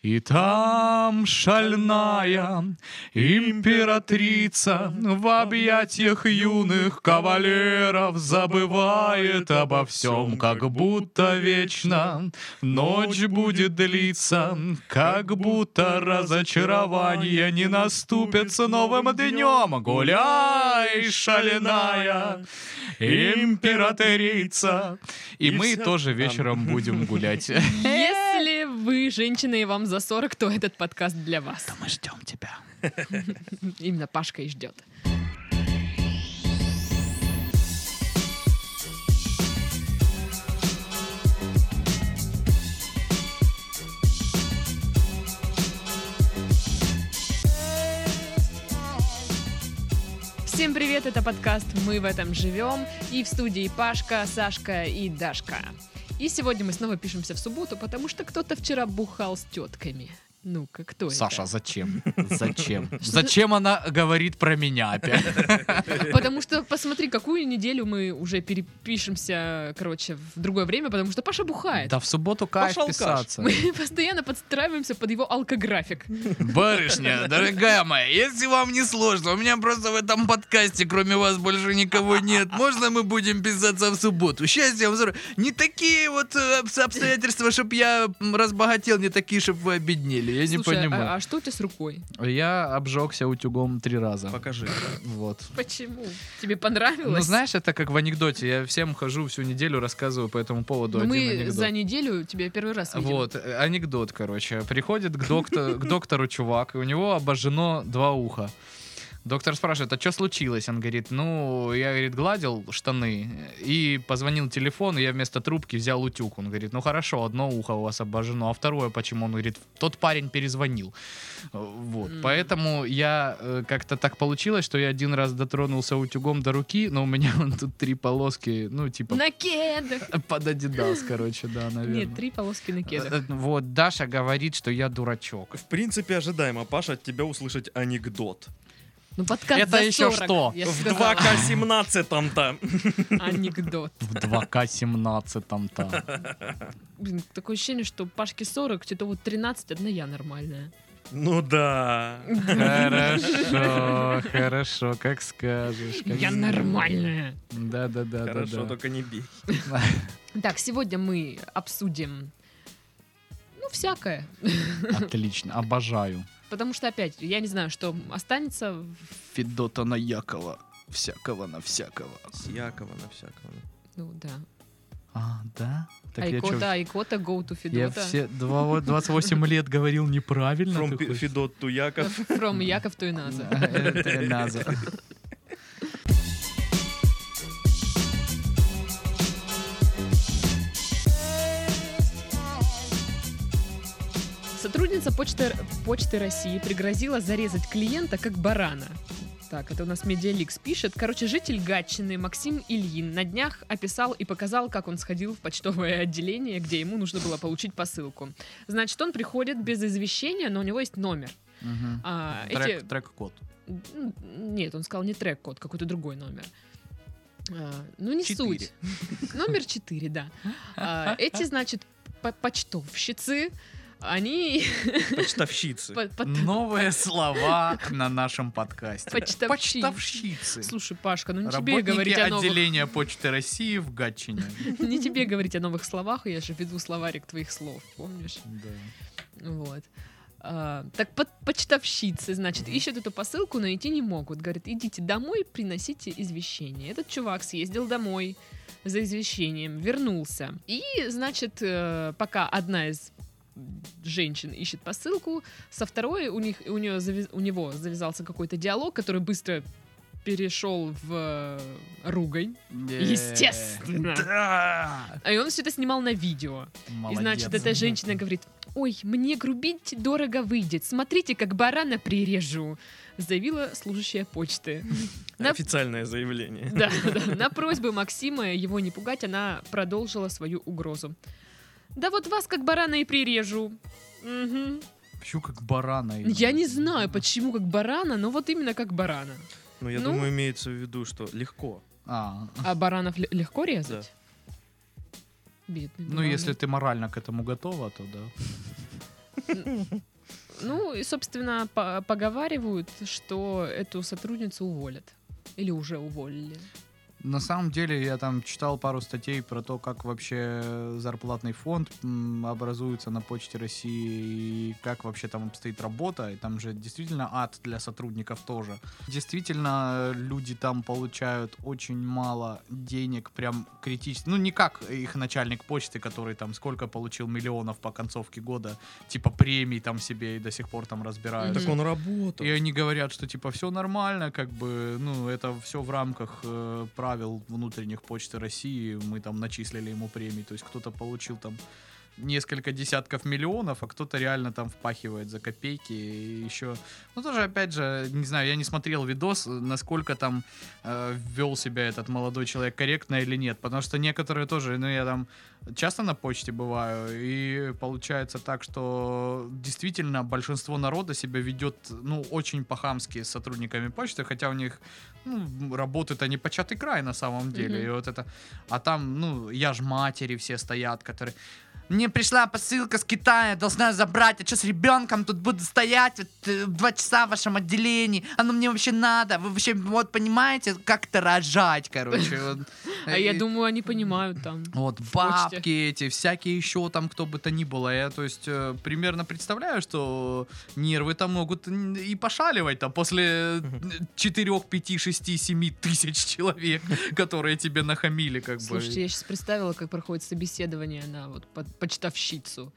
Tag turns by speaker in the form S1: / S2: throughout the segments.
S1: И там шальная императрица в объятиях юных кавалеров забывает обо всем, как будто вечно ночь будет длиться, как будто разочарование не наступит с новым днем. Гуляй, шальная императрица. И мы тоже вечером будем гулять.
S2: Если вы женщина и вам за 40, то этот подкаст для вас.
S1: Мы ждем тебя.
S2: Именно Пашка и ждет. Всем привет, это подкаст «Мы в этом живем» и в студии Пашка, Сашка и Дашка. И сегодня мы снова пишемся в субботу, потому что кто-то вчера бухал с тетками. Ну-ка, кто
S1: Саша, а
S2: это?
S1: зачем? Зачем? Зачем она говорит про меня опять?
S2: Потому что посмотри, какую неделю мы уже перепишемся, короче, в другое время, потому что Паша бухает.
S1: Да в субботу кайф
S3: Пошел
S1: писаться.
S2: Мы постоянно подстраиваемся под его алкографик.
S1: Барышня, дорогая моя, если вам не сложно, у меня просто в этом подкасте кроме вас больше никого нет. Можно мы будем писаться в субботу? Счастья вам здоровья. Не такие вот э, обс- обстоятельства, чтобы я м, разбогател, не такие, чтобы вы обеднели. Я не
S2: Слушай, а- А,
S1: понимаю.
S2: что у тебя с рукой?
S1: Я обжегся утюгом три раза.
S3: Покажи.
S1: Вот.
S2: Почему? Тебе понравилось?
S1: Ну, знаешь, это как в анекдоте. Я всем хожу всю неделю, рассказываю по этому поводу
S2: Ну,
S1: один
S2: мы
S1: анекдот.
S2: за неделю тебя первый раз видим.
S1: Вот, э, анекдот, короче. Приходит к, доктор, к доктору чувак, и у него обожжено два уха. Доктор спрашивает, а что случилось? Он говорит, ну, я, говорит, гладил штаны и позвонил телефон, и я вместо трубки взял утюг. Он говорит, ну хорошо, одно ухо у вас обожжено, а второе почему? Он говорит, тот парень перезвонил. Э, Вот,
S2: М.
S1: поэтому я э, как-то так получилось, что я один раз дотронулся утюгом до руки, но у меня вон тут три полоски, ну, типа,
S2: На кедах.
S1: под Адидас, короче, да, наверное.
S2: Нет, три полоски на кедах.
S1: Э, э, Вот, Даша говорит, что я дурачок.
S3: В принципе, ожидаемо, Паша, от тебя услышать анекдот.
S2: Ну, подкаст
S1: Это
S2: за
S1: еще
S2: 40,
S1: что?
S2: я
S3: В
S2: сказала.
S3: 2К17 там-то.
S2: Анекдот.
S1: В 2К17 там-то.
S2: Блин, такое ощущение, что Пашке 40, тебе вот 13, одна я нормальная.
S3: Ну да.
S1: Хорошо, хорошо, как скажешь. как
S2: Я
S1: скажешь.
S2: нормальная.
S1: Да-да-да.
S3: Хорошо,
S1: да-да.
S3: только не бей.
S2: Так, сегодня мы обсудим, ну, всякое.
S1: Отлично, обожаю.
S2: Потому что, опять, я не знаю, что останется. в-
S1: Федота на Якова. Всякого на всякого.
S3: С Якова на всякого.
S2: Ну, да.
S1: А, да? Так я чё,
S2: Айкота, Айкота, Go to
S1: Я
S2: Федота.
S1: все два- 28 лет говорил неправильно.
S3: From
S1: ты
S3: Пи-
S1: хочешь?
S3: Федот to Яков.
S2: From Яков Туйназа.
S1: Это Наза.
S2: Сотрудница почты, почты России пригрозила зарезать клиента как барана. Так, это у нас Медиаликс пишет. Короче, житель Гатчины Максим Ильин на днях описал и показал, как он сходил в почтовое отделение, где ему нужно было получить посылку. Значит, он приходит без извещения, но у него есть номер.
S1: Мгм.
S2: А, эти-
S1: Трек- Трек-код.
S2: М, Нет, он сказал не трек-код, какой-то другой номер. А, ну, не
S1: Четыре.
S2: суть. Номер 4, да. А, эти, значит, по- почтовщицы, они...
S3: Почтовщицы.
S2: по- по-
S1: Новые слова на нашем подкасте.
S2: Почтовщи-
S1: Почтовщицы.
S2: Слушай, Пашка, ну не тебе
S1: Работники
S2: говорить о новых...
S1: отделения Почты России в Гатчине.
S2: Не тебе говорить о новых словах, я же веду словарик твоих слов, помнишь? Вот. А, так под почтовщицы, значит, ищут эту посылку, но идти не могут. Говорит, идите домой, приносите извещение. Этот чувак съездил домой за извещением, вернулся. И, значит, э, пока одна из женщин ищет посылку, со второй у, них, у, нее завяз- у него завязался какой-то диалог, который быстро перешел в э, ругань. Естественно.
S1: Да.
S2: А и он все это снимал на видео. И
S1: Молодец.
S2: значит, эта женщина говорит, ой, мне грубить дорого выйдет, смотрите, как барана прирежу, заявила служащая почты. На-
S3: Официальное заявление.
S2: Да, да. На просьбу Максима его не пугать, она продолжила свою угрозу. Да вот вас как барана и прирежу. Мгм.
S1: Почему как барана?
S2: Я не знаю, почему как барана, но вот именно как барана.
S3: Ну, я
S2: Ну.
S3: думаю, имеется в виду, что легко.
S1: А,
S2: А баранов ле- легко резать? Бедный
S1: Ну,
S2: баран.
S1: если ты морально к этому готова, то да.
S2: Ну, и, собственно, по- поговаривают, что эту сотрудницу уволят. Или уже уволили.
S1: На самом деле я там читал пару статей про то, как вообще зарплатный фонд м, образуется на почте России и как вообще там обстоит работа. И там же действительно ад для сотрудников тоже. Действительно, люди там получают очень мало денег, прям критично. Ну, не как их начальник почты, который там сколько получил миллионов по концовке года, типа премий там себе и до сих пор там разбирают.
S3: Так он работал.
S1: И они говорят, что типа все нормально, как бы, ну, это все в рамках э, правил внутренних почты России. Мы там начислили ему премии. То есть кто-то получил там несколько десятков миллионов, а кто-то реально там впахивает за копейки и еще... Ну, тоже, опять же, не знаю, я не смотрел видос, э, насколько там э, вел себя этот молодой человек корректно или нет, потому что некоторые тоже, ну, я там часто на почте бываю, и получается так, что действительно большинство народа себя ведет, ну, очень по-хамски с сотрудниками почты, хотя у них, ну, работы-то не початый край на самом деле,
S2: Мгм.
S1: и вот это... А там, ну, я ж матери все стоят, которые... Мне пришла посылка с Китая, должна забрать, а что с ребенком тут буду стоять вот, э, два часа в вашем отделении, оно мне вообще надо, вы вообще вот понимаете, как это рожать, короче. вот.
S2: А я
S1: Э, И-
S2: думаю, они понимают там.
S1: вот бабки эти, всякие еще там кто бы то ни было. Я, то есть, э, примерно представляю, что нервы там могут н- и пошаливать там после э, 4, 5, 6, 7 тысяч человек, которые тебе нахамили как
S2: Слушайте,
S1: бы.
S2: я сейчас представила, как проходит собеседование на вот по- почтовщицу.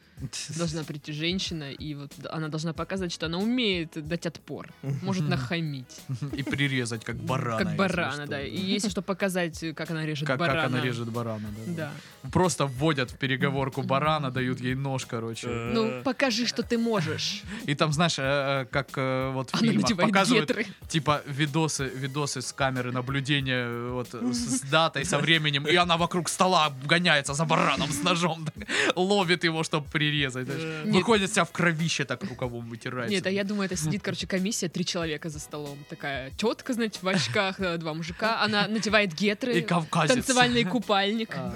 S2: Должна прийти женщина, и вот д- она должна показать, что она умеет дать отпор, может нахамить.
S1: И прирезать как барана.
S2: Как
S1: если
S2: барана,
S1: что.
S2: да. И если что, показать, э, как она режет
S1: Как, как
S2: барана.
S1: она режет барана, да.
S2: Да.
S1: Просто вводят в переговорку барана, дают ей нож, короче.
S3: Э.
S2: Ну, покажи, что ты можешь.
S1: И там, знаешь, э, э, как э, вот в
S2: Она
S1: фильмах
S2: надевает
S1: показывают,
S2: гетры.
S1: типа видосы, видосы с камеры наблюдения э, вот э, с, с датой, со временем, и она вокруг стола гоняется за бараном с ножом, так, ловит его, чтобы прирезать. знаешь.
S3: Э,
S2: Нет.
S1: Выходит вся в кровище, так рукавом вытирается.
S2: Нет, а я думаю, это сидит, короче, комиссия, три человека за столом. Такая тетка, значит, в очках, э, два мужика. Она надевает гетры,
S1: и кавказец.
S2: танцевальный купальник,
S1: А,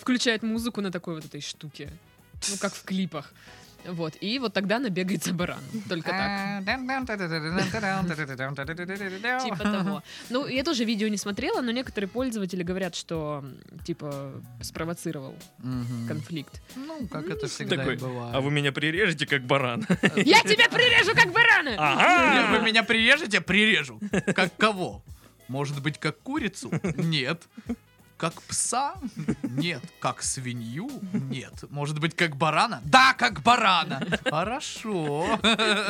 S2: включает музыку на такой вот этой штуке. Ну, как в клипах. Вот, и вот тогда она бегает за бараном. Только так. Типа того. Ну, я тоже видео не смотрела, но некоторые пользователи говорят, что, м, типа, спровоцировал
S1: мгм.
S2: конфликт.
S1: Ну, как это всегда
S3: Такой,
S1: и бывает.
S3: А вы меня прирежете, как баран.
S2: Я тебя прирежу, как барана! Ну,
S1: Нет,
S2: А.
S1: Вы
S3: Ага!
S1: меня прирежете? Прирежу. Как кого? Может быть, как курицу? Нет. Как пса? Нет. Как свинью? Нет. Может быть, как барана? Да, как барана. Хорошо.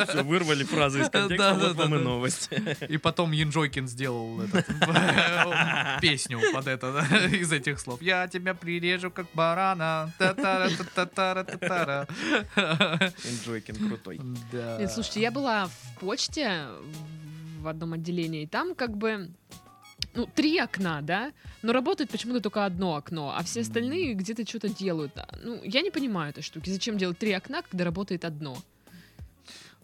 S3: Все, вырвали фразы из контекста,
S1: Да-да-да-да.
S3: вот вам и новость.
S1: И потом Янджойкин сделал этот, э, песню под это да, из этих слов. Я тебя прирежу, как барана. Та-та-ра-та-та-та-ра-та-та-ра.
S3: Энджойкин крутой.
S1: Да.
S2: Нет, Э, слушайте, я была в почте в одном отделении, и там как бы ну, три окна, да? Но работает почему-то только одно окно, а все остальные где-то что-то делают. А, Ну, я не понимаю этой штуки. Зачем делать три окна, когда работает одно?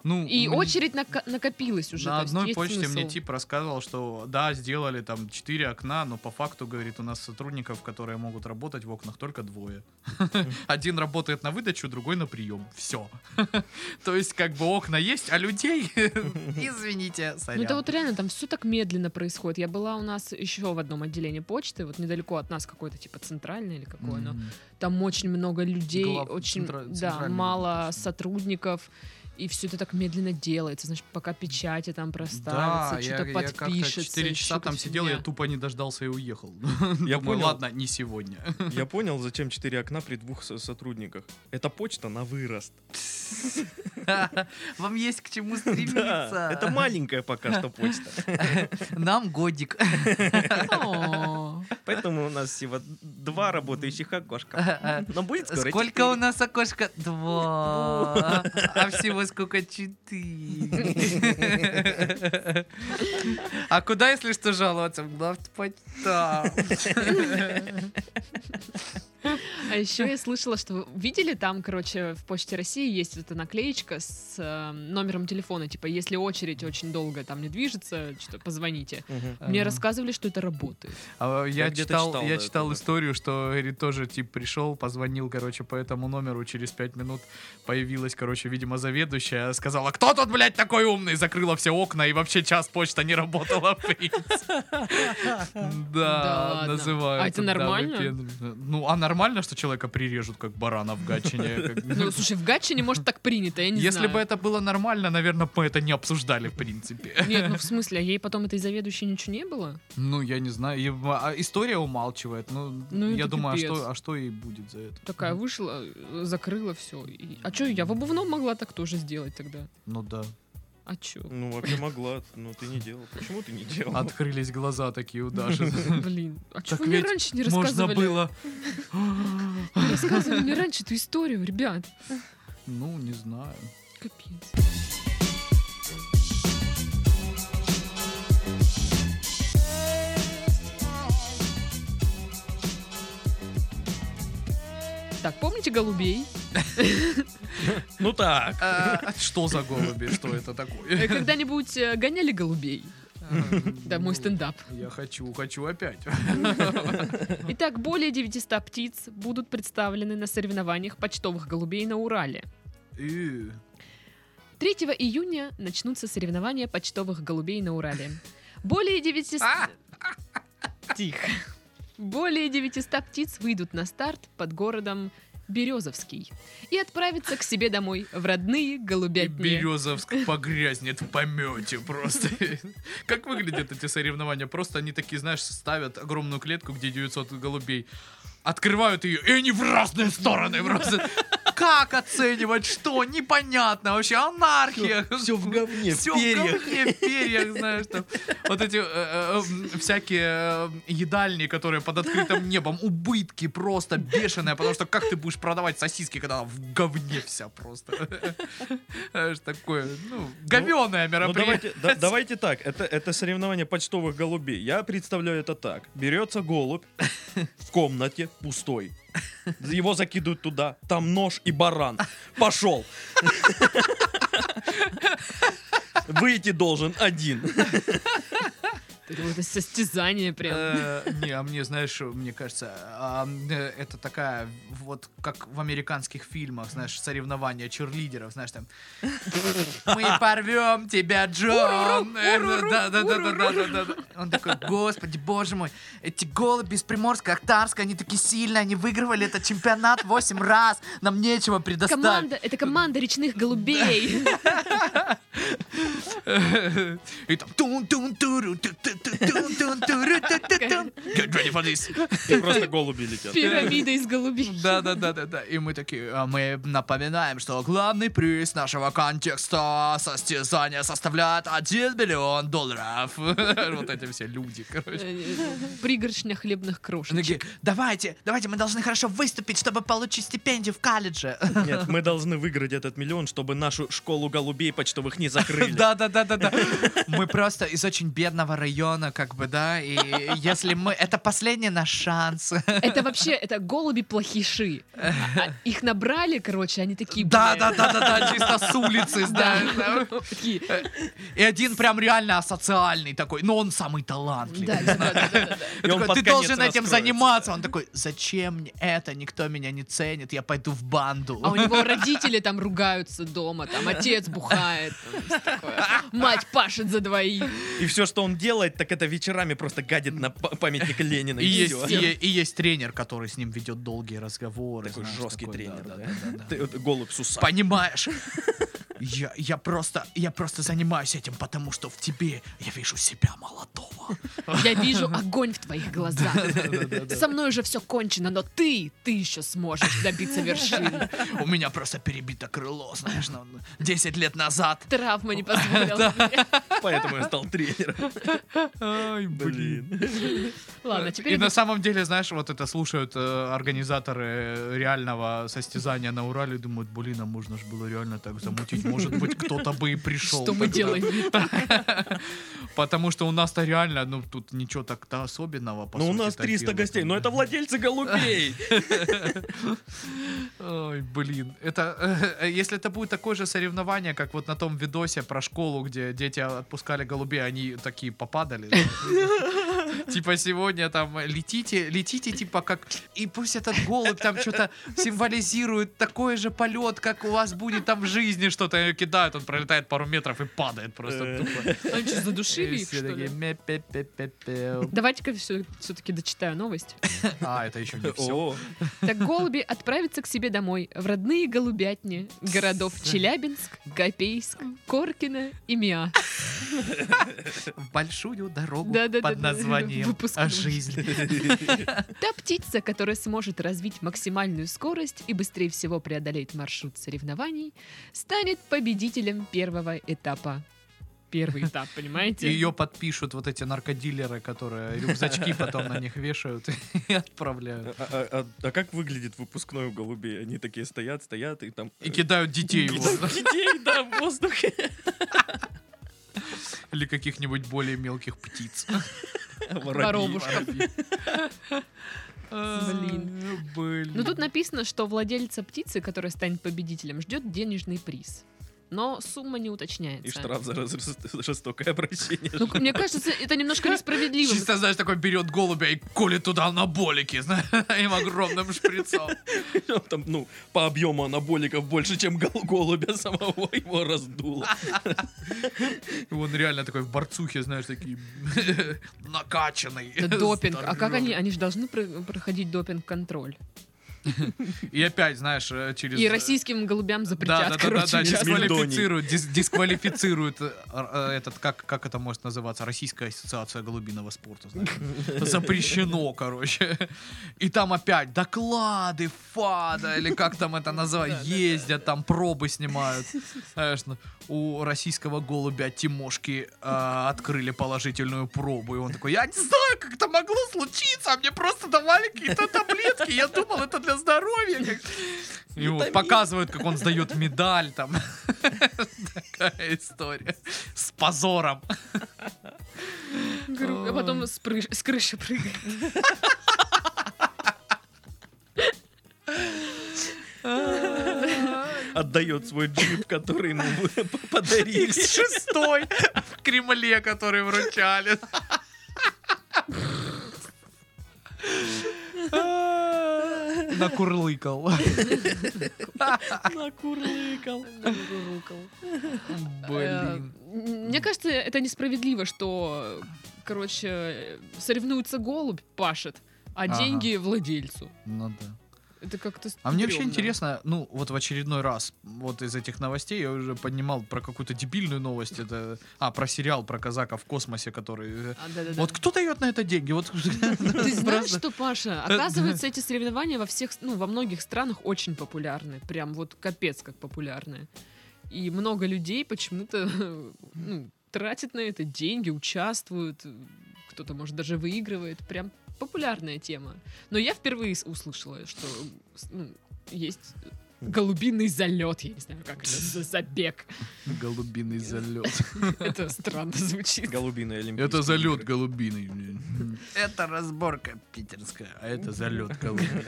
S1: Ну,
S2: И
S1: мне-
S2: очередь нака- накопилась уже.
S1: На
S2: то есть
S1: одной
S2: есть
S1: почте
S2: смысл.
S1: мне типа тип рассказывал, что да, сделали там четыре окна, но по факту, говорит, у нас сотрудников, которые могут работать в окнах, только двое. Один работает на выдачу, другой на прием. Все. То есть, как бы окна есть, а людей, извините,
S2: Ну, это
S1: сорян.
S2: вот реально, там все так медленно происходит. Я была у нас еще в одном отделении почты, вот недалеко от нас какое-то, типа, центральное или какое оно.
S1: М.
S2: Там очень много людей,
S1: Глав-
S2: очень
S1: центра-
S2: да,
S1: центральный
S2: мало
S1: вот этот.
S2: сотрудников, и все это так медленно делается. Значит, пока печати там проставятся,
S1: да,
S2: что-то
S1: я, я как-то
S2: подпишется.
S1: 4
S2: ещё
S1: часа там
S2: какая-то
S1: сидел, я
S2: фигня.
S1: тупо не дождался и уехал.
S3: Я
S1: Думаю,
S3: понял.
S1: ладно, не сегодня.
S3: Я понял, зачем четыре окна при двух со- сотрудниках. Это почта на вырост.
S1: Вам есть к чему
S3: Да, это маленькая пока что почта.
S1: Нам годик.
S2: О,
S3: Поэтому у нас всего два работающих окошка. Но будет скоро
S1: Сколько у нас окошко? Два. А всего сколько? Четыре. А куда, если что, жаловаться? В главпочта.
S2: А еще я слышала, что вы видели там, короче, в Почте России есть вот эта наклеечка с э, номером телефона, типа, если очередь очень долго там не движется, что позвоните.
S3: Мгм.
S2: Мне
S1: Ага.
S2: рассказывали, что это работает.
S1: А, Я,
S3: Я где-то
S1: читал,
S3: читал,
S1: я
S3: да,
S1: читал
S3: это, да.
S1: историю, что говорит, тоже тип пришел, позвонил, короче, по этому номеру, через пять минут появилась, короче, видимо, заведующая, сказала, кто тут, блядь, такой умный, закрыла все окна, и вообще час почта не работала, в принципе.
S2: Да
S1: Да,
S2: ладно.
S1: называют.
S2: А это нормально?
S1: Ну, а нормально, что человека прирежут, как барана в гатчине? как-
S2: Ну, слушай, в Гатчине, может, так принято, я не
S1: Если
S2: знаю.
S1: бы это было нормально, наверное, мы это не обсуждали, в принципе.
S2: Нет, ну в смысле, а ей потом этой заведующей ничего не было?
S1: Ну, я не знаю. и- а История умалчивает. Ну,
S2: Ну,
S1: я
S2: это
S1: думаю, а
S2: пипец.
S1: что, а что и будет за это?
S2: Такая вышла, э, закрыла все. А что, я в обувном могла так тоже сделать тогда?
S1: Ну да.
S2: А чё?
S3: Ну, вообще могла, но ты не делал. Почему ты не делал?
S1: Открылись глаза такие у Даши.
S2: Блин, а чё
S1: Так
S2: вы мне
S1: ведь
S2: раньше не
S1: Можно
S2: рассказывали?
S1: было.
S2: Не рассказывали мне раньше эту историю, ребят.
S1: Ну, не знаю.
S2: Капец. Так, помните голубей?
S3: Ну так.
S1: А, Что за голуби? Что это такое?
S2: Э, Когда-нибудь э, гоняли голубей? Да, мой стендап.
S1: Я хочу, хочу опять.
S2: Итак, более 900 птиц будут представлены на соревнованиях почтовых голубей на Урале.
S1: И-
S2: 3 июня начнутся соревнования почтовых голубей на Урале. Более 900...
S1: А!
S2: Тихо. Более 900 птиц выйдут на старт под городом Березовский и отправятся к себе домой в родные
S1: И
S2: голубятни.
S1: Березовск погрязнет в помете просто. Как выглядят эти соревнования? Просто они такие, знаешь, ставят огромную клетку, где 900 голубей, открывают ее, и они в разные стороны просто. Как оценивать? Что? Непонятно. Вообще анархия.
S3: Все в говне, в
S1: Всё в
S3: перьях.
S1: говне, в перьях, знаешь, там. Вот эти э, э, э, всякие э, едальни, которые под открытым небом, убытки просто бешеные, потому что как ты будешь продавать сосиски, когда она в говне вся просто? Знаешь, такое, ну, говёное
S3: Ну,
S1: мероприятие.
S3: давайте, да- давайте так, это, это соревнование почтовых голубей. Я представляю это так. Берется голубь в комнате пустой. Его закидывают туда, там нож и баран. Пошел. Выйти должен один.
S2: Это состязание прям.
S1: Э, Не, а мне, знаешь, мне кажется, а, э, это такая, вот как в американских фильмах, знаешь, соревнования черлидеров, знаешь, там «Мы порвем тебя, Джон!» Э,
S2: уруру,
S1: да, да, да, да, да, да, да. Он такой, господи, боже мой, эти голуби из Приморска, Актарска, они такие сильные, они выигрывали этот чемпионат 8 раз, нам нечего предоставить.
S2: Команда, это команда речных голубей.
S1: И там тун тун туру тун тун туру тун Get ready for this.
S3: И просто голуби летят.
S2: Пирамида из голубей.
S1: Да, да, да, да, да. И мы такие, «А мы напоминаем, что главный приз нашего контекста состязания составляет 1 миллион долларов. Вот эти все люди, короче.
S2: Э, Пригоршня хлебных
S1: Они
S2: крошечек.
S1: такие, давайте, давайте, мы должны хорошо выступить, чтобы получить стипендию в колледже.
S3: Нет, мы должны выиграть этот миллион, чтобы нашу школу голубей почтовых не закрыли.
S1: Да, да, да, да, да. Мы просто из очень бедного района, как бы, да, и если мы... Это последний наш шанс.
S2: Это вообще, это голуби-плохиши. А Их набрали, короче, они такие...
S1: Да,
S2: бля,
S1: да, да, да, да, чисто с улицы, да. да.
S2: Такие,
S1: И один прям реально асоциальный такой, но он самый талантливый.
S2: да, да, да, да, да.
S3: И он
S1: Такой,
S3: под
S1: ты
S3: конец
S1: должен этим
S3: раскроется».
S1: заниматься. Он такой, зачем мне это? Никто меня не ценит, я пойду в банду.
S2: А у него родители там ругаются дома, там отец бухает, там всё такое. мать пашет за двоих.
S3: И все, что он делает, так это вечерами просто гадит на па- памятник Ленина.
S1: И
S3: всё.
S1: есть, и, е- и есть тренер, который с ним ведет долгие разговоры.
S3: Такой
S1: знаешь,
S3: жесткий
S1: такой,
S3: тренер.
S1: да,
S3: да.
S1: да, да, да.
S3: Ты- вот Голубь с усами.
S1: Понимаешь? Я, я просто я просто занимаюсь этим, потому что в тебе я вижу себя молодого.
S2: Я вижу огонь в твоих глазах. Со мной уже все кончено, но ты, ты еще сможешь добиться вершины.
S1: У меня просто перебито крыло, знаешь, ну, 10 лет назад.
S2: Травма не позволила. мне.
S3: Поэтому я стал тренером.
S1: Ай,
S3: Блин.
S2: Ладно, теперь
S1: И А на
S2: это-
S1: самом деле, знаешь, вот это слушают э, организаторы реального состязания на Урале и думают, блин, а можно же было реально так замутить. Может быть, кто-то бы и пришел.
S2: что мы
S1: тогда».
S2: делаем?
S1: Потому что у нас-то реально нормально, ну тут ничего так-то особенного. по
S3: Ну у
S1: сути,
S3: нас
S1: так
S3: 300
S1: делают.
S3: гостей, но это владельцы голубей.
S1: Ой, блин. Это, э, если это будет такое же соревнование, как вот на том видосе про школу, где дети отпускали голубей, они такие попадали. Типа сегодня там летите, летите типа как... И пусть этот голубь там что-то символизирует такой же полет, как у вас будет там в жизни что-то. Её кидают, он пролетает пару метров и падает просто
S3: Э.
S1: тупо.
S2: Они что, задушили
S1: И
S2: их,
S1: все
S2: что
S1: такие
S2: ли?
S1: «Мя-пя-пя-пя-пя».
S2: Давайте-ка все-таки дочитаю новость.
S1: А, это еще не все.
S3: О,
S2: Так голуби отправятся к себе домой, в родные голубятни городов Челябинск, Копейск, Коркино и Миа.
S1: В большую дорогу
S2: Да-да-да-да.
S1: под названием
S2: Выпускной.
S1: «А жизнь».
S2: Та птица, которая сможет развить максимальную скорость и быстрее всего преодолеет маршрут соревнований, станет победителем первого этапа. Первый этап,
S1: И
S2: понимаете?
S1: ее подпишут вот эти наркодилеры, которые рюкзачки потом на них вешают и
S3: а-
S1: отправляют.
S3: а- а- а как выглядит выпускной у голубей? Они такие стоят, стоят и там...
S1: И кидают детей в воздух.
S3: Детей, да, в воздухе.
S1: или каких-нибудь более мелких птиц.
S3: э,
S2: Воробушка.
S1: Блин. Э, Блин.
S2: Но Ну тут написано, что владельца птицы, которая станет победителем, ждет денежный приз. Но сумма не уточняется.
S3: И штраф за раз- жест- жестокое обращение.
S2: Ну, мне кажется, это немножко несправедливо.
S1: Чисто, знаешь, такой берет голубя и колет туда анаболики, знаешь, им огромным шприцом.
S3: Там, ну, по объему анаболиков больше, чем гол- голубя самого его раздуло.
S1: И он реально такой в борцухе, знаешь, такие накачанный.
S2: Это допинг. А как
S1: здоровый.
S2: они? Они же должны про- проходить допинг-контроль.
S1: И опять, знаешь, э, через...
S2: И
S1: э,
S2: российским голубям запретят,
S1: да,
S2: короче.
S1: да, да,
S2: участвовать.
S1: дисквалифицируют, дис- дисквалифицируют э, э, этот, как, как это может называться, Российская ассоциация голубиного спорта. знаешь. Запрещено, короче. И там опять доклады, фада, или как там это называют, ездят, там пробы снимают. Знаешь, ну, у российского голубя Тимошки э, открыли положительную пробу, и он такой, я не знаю, как это могло случиться, а мне просто давали какие-то таблетки, я думал, это для здоровья. как-то». И вот
S3: Витамин.
S1: показывают, как он сдает медаль там. Такая история. С позором.
S2: Гру- А потом с, пры- с крыши прыгает.
S3: Отдает свой джип, который ему подарили.
S1: Шестой в Кремле, который вручали. Накурлыкал.
S3: Накурлыкал.
S2: Э,
S1: Блин.
S2: Мне кажется, это несправедливо, что, короче, соревнуется голубь, пашет, а
S1: Ага.
S2: деньги владельцу.
S1: Ну да.
S2: Это как-то
S1: А мне вообще
S2: стрёмно.
S1: интересно, ну, вот в очередной раз, вот из этих новостей я уже поднимал про какую-то дебильную новость. Это, а, про сериал про казака в космосе, который... э,
S2: А, да-да-да.
S1: Вот кто дает на это деньги? Вот
S2: Ты знаешь,
S1: просто-
S2: что, Паша, оказывается, эти соревнования во всех, ну, во многих странах очень популярны. Прям вот капец как популярны. И много людей почему-то ну, тратят на это деньги, участвуют. Кто-то, может, даже выигрывает. Прям популярная тема. Но я впервые с- услышала, что ну, есть голубиный залет, я не знаю, как это, за- забег.
S1: Голубиный залет.
S2: Это странно звучит.
S3: Голубиный олимпийский.
S1: Это залет голубиный. блин. Это разборка питерская, а это залет голубиный.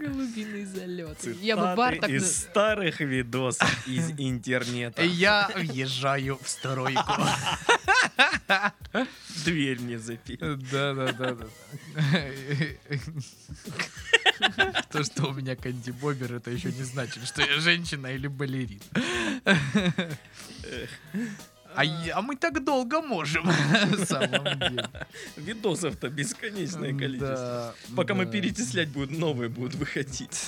S2: Голубиный залет. Я бы бар так... на-
S3: из старых видосов из интернета.
S1: Я въезжаю в стройку.
S3: Дверь мне запи.
S1: Да, да, да, да. То, что у меня кандибобер, это еще не значит, что я женщина или балерин. А, я- а мы так долго можем, на самом деле.
S3: Видосов-то бесконечное количество.
S1: Да,
S3: Пока мы
S1: да.
S3: перечислять будем, новые будут выходить.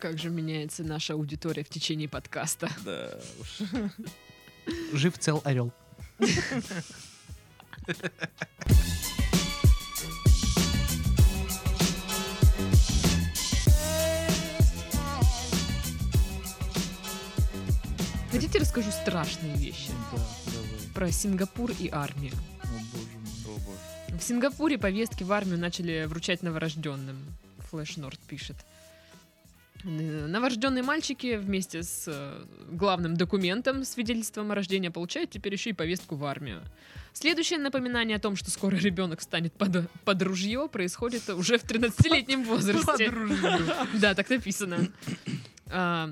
S2: Как же меняется наша аудитория в течение подкаста.
S3: Да уж.
S1: Жив цел орел.
S2: Хотите, расскажу страшные вещи про Сингапур и армию. В Сингапуре повестки в армию начали вручать новорожденным. Флэш Норд пишет. Новорожденные мальчики вместе с э, главным документом, свидетельством о рождении, получают теперь еще и повестку в армию. Следующее напоминание о том, что скоро ребенок станет под, под ружье, происходит уже в 13-летнем возрасте. Да, так написано. А,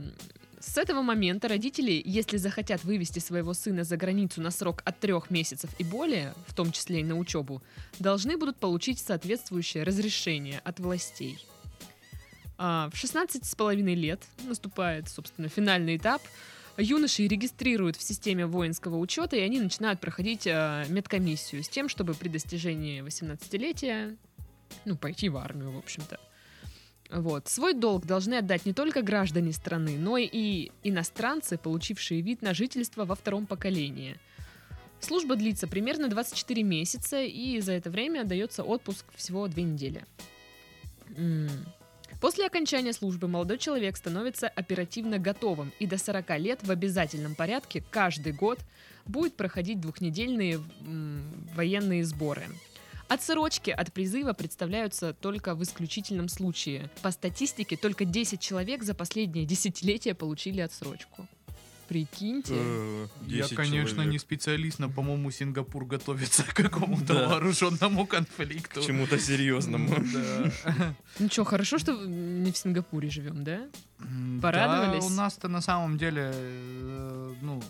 S2: С этого момента родители, если захотят вывести своего сына за границу на срок от трех месяцев и более, в том числе и на учебу, должны будут получить соответствующее разрешение от властей. А, В 16 с половиной лет наступает, собственно, финальный этап. Юноши регистрируют в системе воинского учета, и они начинают проходить а, медкомиссию с тем, чтобы при достижении 18-летия ну, пойти в армию, в общем-то. Вот. Свой долг должны отдать не только граждане страны, но и иностранцы, получившие вид на жительство во втором поколении. Служба длится примерно 24 месяца, и за это время дается отпуск всего две недели. М. После окончания службы молодой человек становится оперативно готовым и до 40 лет в обязательном порядке каждый год будет проходить двухнедельные м, военные сборы. Отсрочки от призыва представляются только в исключительном случае. По статистике, только 10 человек за последнее десятилетие получили отсрочку. Прикиньте.
S3: Э,
S1: Я,
S3: 10
S1: конечно, не
S3: человек.
S1: специалист, но, по-моему, Сингапур готовится к какому-то
S3: Да.
S1: вооруженному конфликту.
S3: К чему-то серьезному.
S1: Да.
S2: Ну что, хорошо, что не в Сингапуре живем, да?
S1: М,
S2: Порадовались?
S1: Да, у нас-то на самом деле, э, ну,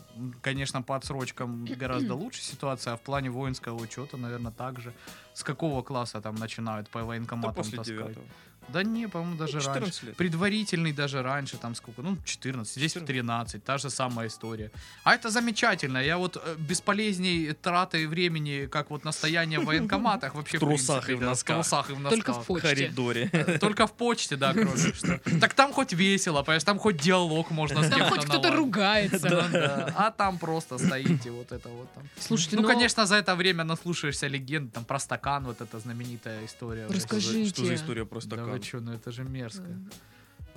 S1: конечно, по отсрочкам гораздо лучше ситуация, а в плане воинского учета, наверное, так же. С какого класса там начинают по
S3: Да
S1: военкоматам
S3: после
S1: таскать?
S3: девятого.
S1: Да не, по-моему, даже раньше.
S3: 14 лет.
S1: Предварительный даже раньше, там сколько, ну, 14, здесь в 13, та же самая история. А это замечательно, я вот э, бесполезней траты времени, как вот настояние в военкоматах вообще.
S3: В трусах
S1: принципе,
S3: и в
S1: да,
S3: носках.
S1: В трусах и в
S2: Только в
S1: носках.
S3: В
S2: почте.
S3: коридоре.
S1: Только в почте, да, кроме что. Так там хоть весело, понимаешь, там хоть диалог можно с
S2: Там
S1: кем-то
S2: хоть кто-то
S1: наладить.
S2: ругается.
S1: Да, да. А там просто стоите вот это вот там.
S2: Слушайте,
S1: ну,
S2: ну,
S1: конечно, за это время наслушаешься легенд, там про стакан, вот эта знаменитая история.
S2: Расскажи.
S3: Что за
S2: Скажите.
S3: история про
S1: Да
S3: стакан?
S1: вы чё, ну это же мерзко.
S2: М.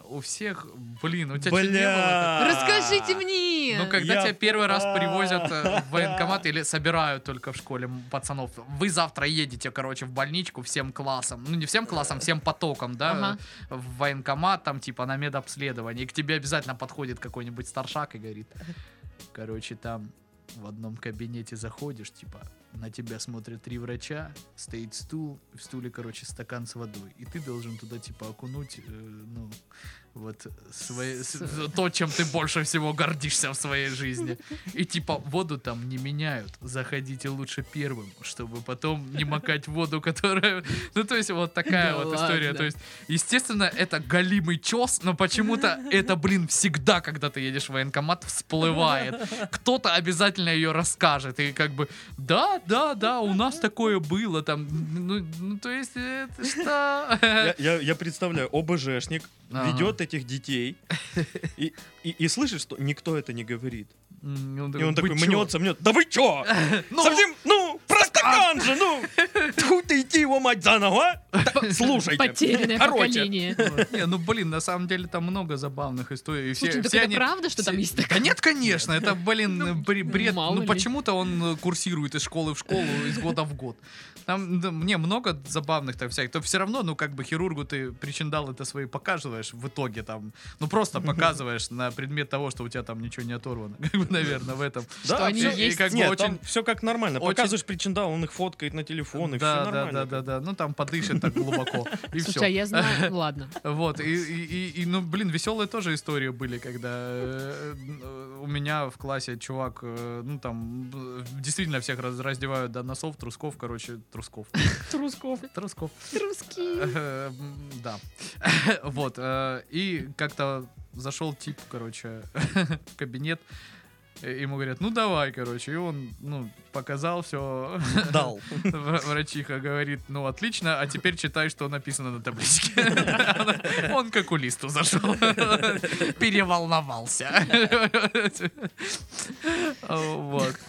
S1: У всех, блин, у тебя чё, не было?
S3: Бля!
S2: Расскажите мне.
S1: Ну, когда
S3: Я-
S1: тебя первый раз привозят э, в
S3: А.
S1: военкомат или собирают только в школе м, пацанов, вы завтра едете, короче, в больничку всем классом, ну не всем классом, всем потоком, да,
S2: Ага.
S1: э, в военкомат, там типа на медобследование, и к тебе обязательно подходит какой-нибудь старшак и говорит, короче, там в одном кабинете заходишь, типа, на тебя смотрят три врача, стоит стул, в стуле, короче, стакан с водой, и ты должен туда, типа, окунуть, э, ну, вот, свои- с- э,
S2: С-
S1: то, чем ты больше всего гордишься в своей жизни. И, типа, воду там не меняют, заходите лучше первым, чтобы потом не макать в воду, которая... Ну, то есть, вот такая
S2: Да
S1: вот история,
S2: ладно.
S1: то есть, Естественно, это галимый чес, но почему-то это, блин, всегда, когда ты едешь в военкомат, всплывает. Кто-то обязательно ее расскажет. И как бы, да, да, да, у нас такое было там. Ну, ну, то есть, это что?
S3: Я, я- я представляю, ОБЖшник
S1: Ага.
S3: ведет этих детей и, и, и слышит, что никто это не говорит.
S1: М,
S3: И он
S1: «Вы
S3: такой
S1: чё?»
S3: мнется, мнет. Да вы чё?
S1: Ну,
S3: Совсем, ну, про стакан же, ну! Тьфу ты идти его мать заново, а? Так, Слушайте.
S2: Потерянное
S3: Короче.
S2: поколение.
S1: Не, ну блин, на самом деле там много забавных историй. и все-
S2: Слушай, ну так
S1: все
S2: это
S1: они-
S2: правда, что
S1: все-
S2: там есть
S1: Да
S2: такая?
S1: нет, конечно, это, блин,
S2: Ну,
S1: бре- бред.
S2: мало
S1: Ну
S2: ли.
S1: почему-то он э, курсирует из школы в школу, из года в год. Там да, мне много забавных там всяких. То все равно, ну как бы хирургу ты причиндал это свои показываешь в итоге там. Ну просто показываешь на предмет того, что у тебя там ничего не оторвано. Как бы, наверное, в этом.
S2: Что они
S3: всё-
S1: И
S2: есть?
S1: как бы
S3: Нет,
S1: очень-
S3: там все как нормально.
S1: очень-
S3: Показываешь причиндал, он их фоткает на телефон, и все
S1: да, да, да,
S3: нормально.
S1: да, да. Ну там подышит так глубоко. И
S2: Слушай,
S1: все.
S2: а я знаю. Ладно.
S1: Вот, и, и, и- и, ну, блин, веселые тоже истории были, когда э, э, у меня в классе чувак, э, ну, там, б- действительно всех раз- раздевают до носов, трусков, короче, трусков.
S2: Трусков.
S1: Трусков.
S2: Труски.
S1: Э, м, Да. Вот, э, и как-то зашел тип, короче, в кабинет, э, ему говорят, ну, давай, короче, и он, ну, показал все,
S3: Дал.
S1: Вра- Врачиха говорит, ну отлично, а теперь читай, что написано на табличке. Она- Он к окулисту зашел. Переволновался. Вот.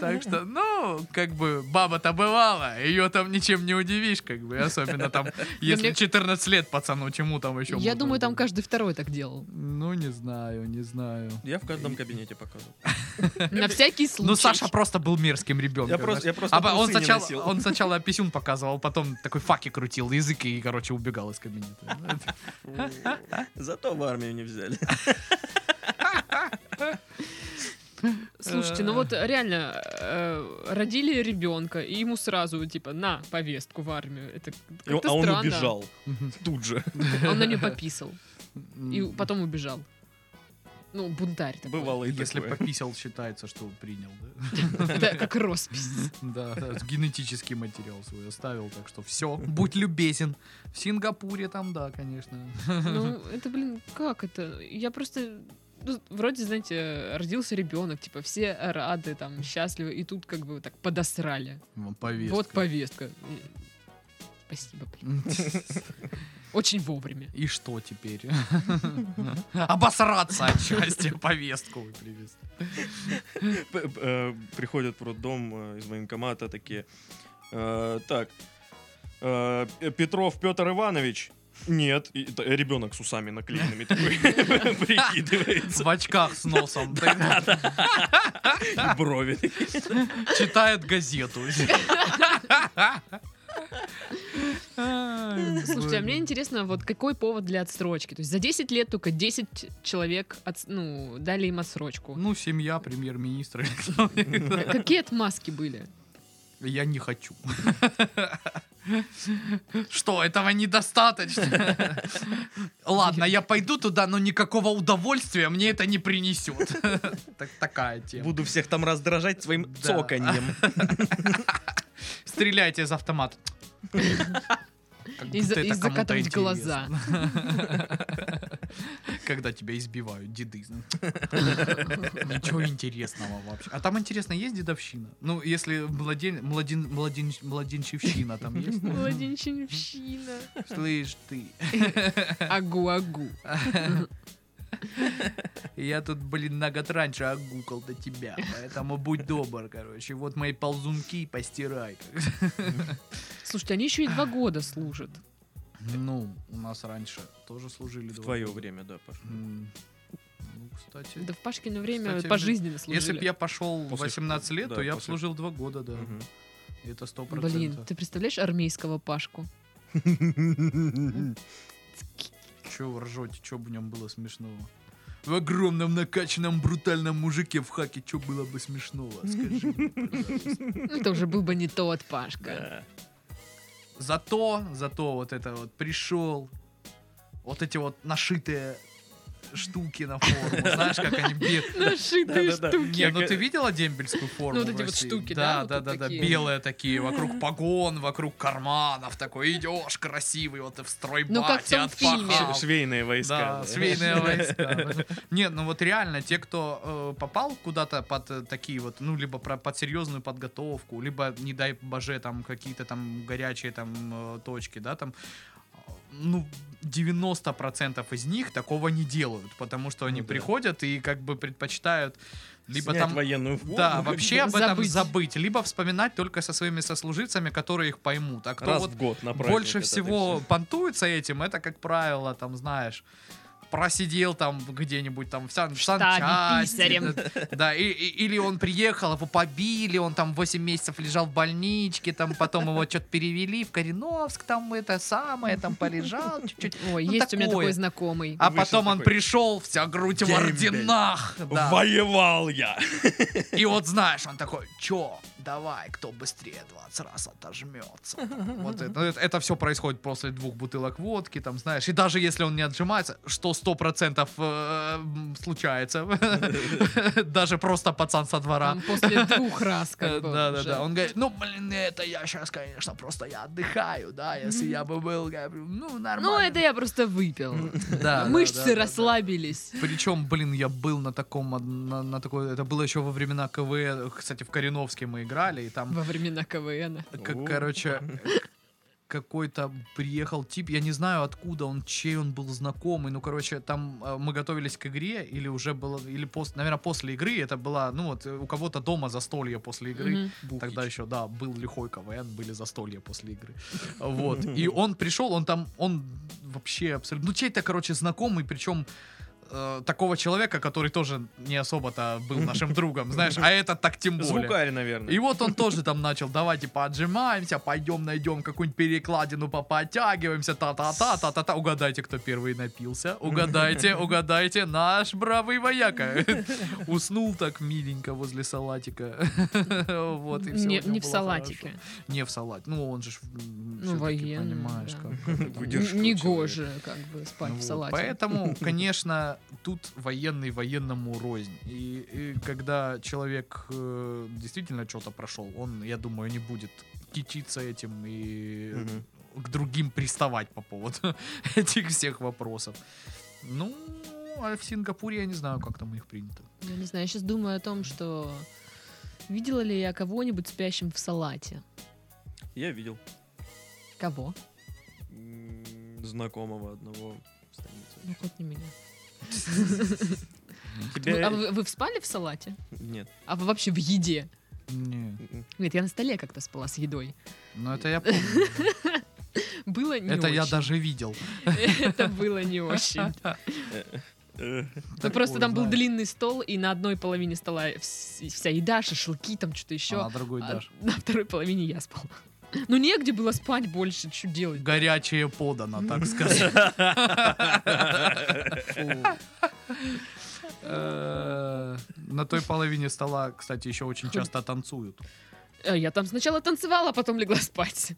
S1: Так что, ну, Ну, как бы, баба-то бывала, ее там ничем не удивишь, как бы, особенно там, если
S2: мне-
S1: 14 лет пацану, чему там еще
S2: Я
S1: можно
S2: думаю, там
S1: было?
S2: каждый второй так делал.
S1: Ну, не знаю, не знаю.
S3: Я в каждом кабинете показывал.
S2: На всякий случай.
S1: Ну, Саша просто был мерзким ребенком.
S3: Я просто- я просто
S1: А он,
S3: трусы не
S1: сначала,
S3: носил.
S1: он сначала писюн показывал, потом такой факи крутил, язык и, короче, убегал из кабинета.
S3: Зато в армию не взяли.
S2: Слушайте, ну вот реально э, родили ребенка, и ему сразу типа на повестку в армию. Это
S3: И он-
S2: как-то
S3: А он
S2: странно.
S3: убежал тут же.
S2: А он на нее пописал и потом убежал. Ну, бунтарь такой.
S3: Бывало и
S1: Если
S3: такое.
S1: пописал, считается, что принял. да?
S2: Это как роспись.
S1: Да, да, генетический материал свой оставил, так что все, будь любезен. В Сингапуре там, да, конечно.
S2: Ну, это, блин, как это? Я просто... ну, вроде, знаете, родился ребенок, типа, все рады, там, счастливы, и тут как бы так подосрали.
S1: Вон повестка.
S2: Вот повестка. Спасибо, блин. Очень вовремя.
S1: И что теперь? Обосраться от счастья повестку вы привезли.
S3: П- э, Приходят в роддом э, из военкомата такие. э, Так, э, Петров Петр Иванович. Нет, И это ребенок с усами наклеенными такой прикидывается,
S1: В очках с носом.
S3: и брови.
S1: Читает газету.
S2: Слушайте, а мне интересно, вот какой повод для отсрочки? То есть за 10 лет только 10 человек отс- ну, дали им отсрочку.
S1: Ну, семья премьер-министра.
S2: Какие отмазки были?
S1: Я не хочу. Что, этого недостаточно? Ладно, я пойду туда, но никакого удовольствия мне это не принесет. Так- Такая тема.
S3: Буду всех там раздражать своим
S1: Да.
S3: цоканьем.
S1: Стреляйте из автомата. Как
S2: И
S1: будто
S2: за-
S1: это
S2: и
S1: кому-то
S2: закатывать
S1: интересно.
S2: глаза.
S1: Когда тебя избивают деды. Ничего интересного вообще. А там, интересно, есть дедовщина? Ну, если младен- младен- младен- младенчевщина там есть?
S2: Младенчинщина.
S1: Слышь ты,
S2: Агу-агу.
S1: я тут, блин, на год раньше огукал до тебя, поэтому будь добр, короче. Вот мои ползунки постирай.
S2: Слушайте, они еще и два года служат.
S1: Ну, у нас раньше тоже служили.
S3: В
S1: два
S3: твое
S1: года.
S3: время, да, Паш.
S1: М, Ну, кстати,
S2: Да в Пашкино время
S1: Кстати,
S2: пожизненно служили.
S1: Если бы я пошел в
S3: После
S1: 18 лет,
S3: да,
S1: то я бы
S3: после-
S1: служил 2 года, да. Это 100%.
S2: Блин, ты представляешь армейского Пашку?
S3: Мгм.
S1: Че вы ржете, че бы в нем было смешного? В огромном накачанном брутальном мужике в хаке, что было бы смешного? Скажи мне, пожалуйста.
S2: Ну, Это уже был бы не тот Пашка.
S3: Да.
S1: Зато, зато вот это вот пришел, вот эти вот нашитые штуки на форму, знаешь, как они бед...
S2: Нашитые
S3: Да-да-да.
S1: Не,
S2: штуки.
S1: ну ты видела дембельскую форму?
S2: э, Ну, вот
S1: в
S2: эти вот
S1: России?
S2: штуки, да,
S1: да?
S2: вот
S1: Да,
S2: тут
S1: да, да,
S2: такие.
S1: белые такие, вокруг погон, вокруг карманов, такой идешь красивый, вот в стройбате,
S2: Ну, как в том
S1: от
S2: фильме.
S1: пахал.
S3: Швейные войска.
S1: Да, швейные войска. Нет, ну вот реально, те, кто э, попал куда-то под э, такие вот, ну, либо про- под серьезную подготовку, либо, не дай боже, там какие-то там горячие там э, точки, да, там, э, ну, 90% из них такого не делают, потому что они
S3: Ну да.
S1: приходят и как бы предпочитают либо
S3: Снять
S1: там
S3: военную
S1: да,
S3: форму.
S1: вообще об этом забыть.
S2: Забыть.
S1: либо вспоминать только со своими сослуживцами, которые их поймут. А кто
S3: Раз
S1: вот
S3: в год на праздник
S1: больше
S3: это
S1: всего
S3: всё.
S1: понтуется этим, это, как правило, там, знаешь, просидел там где-нибудь там в, сан- в
S2: штабе
S1: санчасти,
S2: писарем.
S1: да, Да, и- и- или он приехал, его побили, он там 8 месяцев лежал в больничке, там потом его что-то перевели в Кореновск, там это самое, там полежал чуть-чуть.
S2: Ой,
S1: Ну,
S2: есть у меня
S1: такое.
S2: такой знакомый.
S1: А
S3: Вышел
S1: потом он
S3: такой,
S1: пришел, вся грудь в
S3: «Дембель,
S1: орденах. да.
S3: Воевал я.
S1: И вот знаешь, он такой, чё, давай, кто быстрее 20 раз отожмется. Вот это, это, все происходит после двух бутылок водки, там, знаешь. И даже если он не отжимается, что 100% э, м, случается, даже просто пацан со двора.
S2: Там после двух раз
S1: а. Э,
S2: как бы
S1: Да, да,
S2: уже.
S1: да. Он говорит, ну, блин, это я сейчас, конечно, просто я отдыхаю, да, если я бы был, как бы, ну, нормально.
S2: Ну, это я просто выпил.
S1: Да, да, да,
S2: Мышцы
S1: да, да.
S2: расслабились.
S1: Причем, блин, я был на таком, од- на, на такой, это было еще во времена КВН, кстати, в Кореновске мы играли, и там
S2: Во времена КВН.
S1: К-
S3: О.
S1: короче, какой-то приехал тип, я не знаю откуда он, чей он был знакомый, ну, короче, там э, мы готовились к игре, или уже было, или после, наверное, после игры, это была, ну, вот, э, у кого-то дома застолье после игры,
S2: Мгм.
S1: Тогда еще, да, был лихой КВН, были застолья после игры. Вот. И он пришел, он там, он вообще абсолютно... Ну, чей-то, короче, знакомый, причем э, такого человека, который тоже не особо-то был нашим другом, знаешь, а этот так тем более.
S3: Звукарь, наверное.
S1: И вот он тоже там начал, давайте поджимаемся, пойдем найдем какую-нибудь перекладину, поподтягиваемся, та-та-та, та-та-та. Угадайте, кто первый напился. Угадайте, угадайте, наш бравый вояка. Уснул так миленько возле салатика. Вот, и всё у
S2: не,
S1: него
S2: не в
S1: было
S2: салатике.
S1: хорошо. Не в салате. Ну, он же ж, м,
S2: Ну,
S1: всё-таки,
S2: военный,
S1: понимаешь,
S2: да.
S1: как- как это там.
S3: Выдержка у
S2: Негоже, как бы, спать
S1: Ну
S2: в
S1: вот,
S2: салате.
S1: Поэтому, конечно, тут военный военному рознь. И, и когда человек э, действительно что-то прошел, он, я думаю, не будет кичиться этим и
S3: Мгм.
S1: к другим приставать по поводу этих всех вопросов. Ну, а в Сингапуре я не знаю, как там у них принято.
S2: Я не знаю, я сейчас думаю о том, что видела ли я кого-нибудь спящим в салате.
S3: Я видел
S2: Кого?
S3: м, знакомого одного в станице.
S2: Ну, хоть не меня.
S3: Тебя-
S1: Э, Ну,
S2: А вы, вы вспали в салате?
S3: Нет.
S2: А вы вообще в еде?
S1: Не,
S3: М-м.
S2: Нет, я на столе как-то спала с едой.
S1: ну это я помню.
S2: Было не
S1: Это я
S2: очень.
S1: даже видел.
S2: Это было не очень.
S3: Э,
S2: Ну, просто
S1: Такое,
S2: там был
S1: знаешь.
S2: длинный стол, и на одной половине стола вс- вся еда, шашлыки, там что-то
S1: А
S2: еще.
S1: на другой
S2: А
S1: дашь.
S2: на второй половине я спала. Ну, негде было спать больше, что делать.
S1: Горячее подано, так сказать. Э, На той половине стола, кстати, еще очень часто танцуют.
S2: А Я там сначала танцевала, а потом легла спать.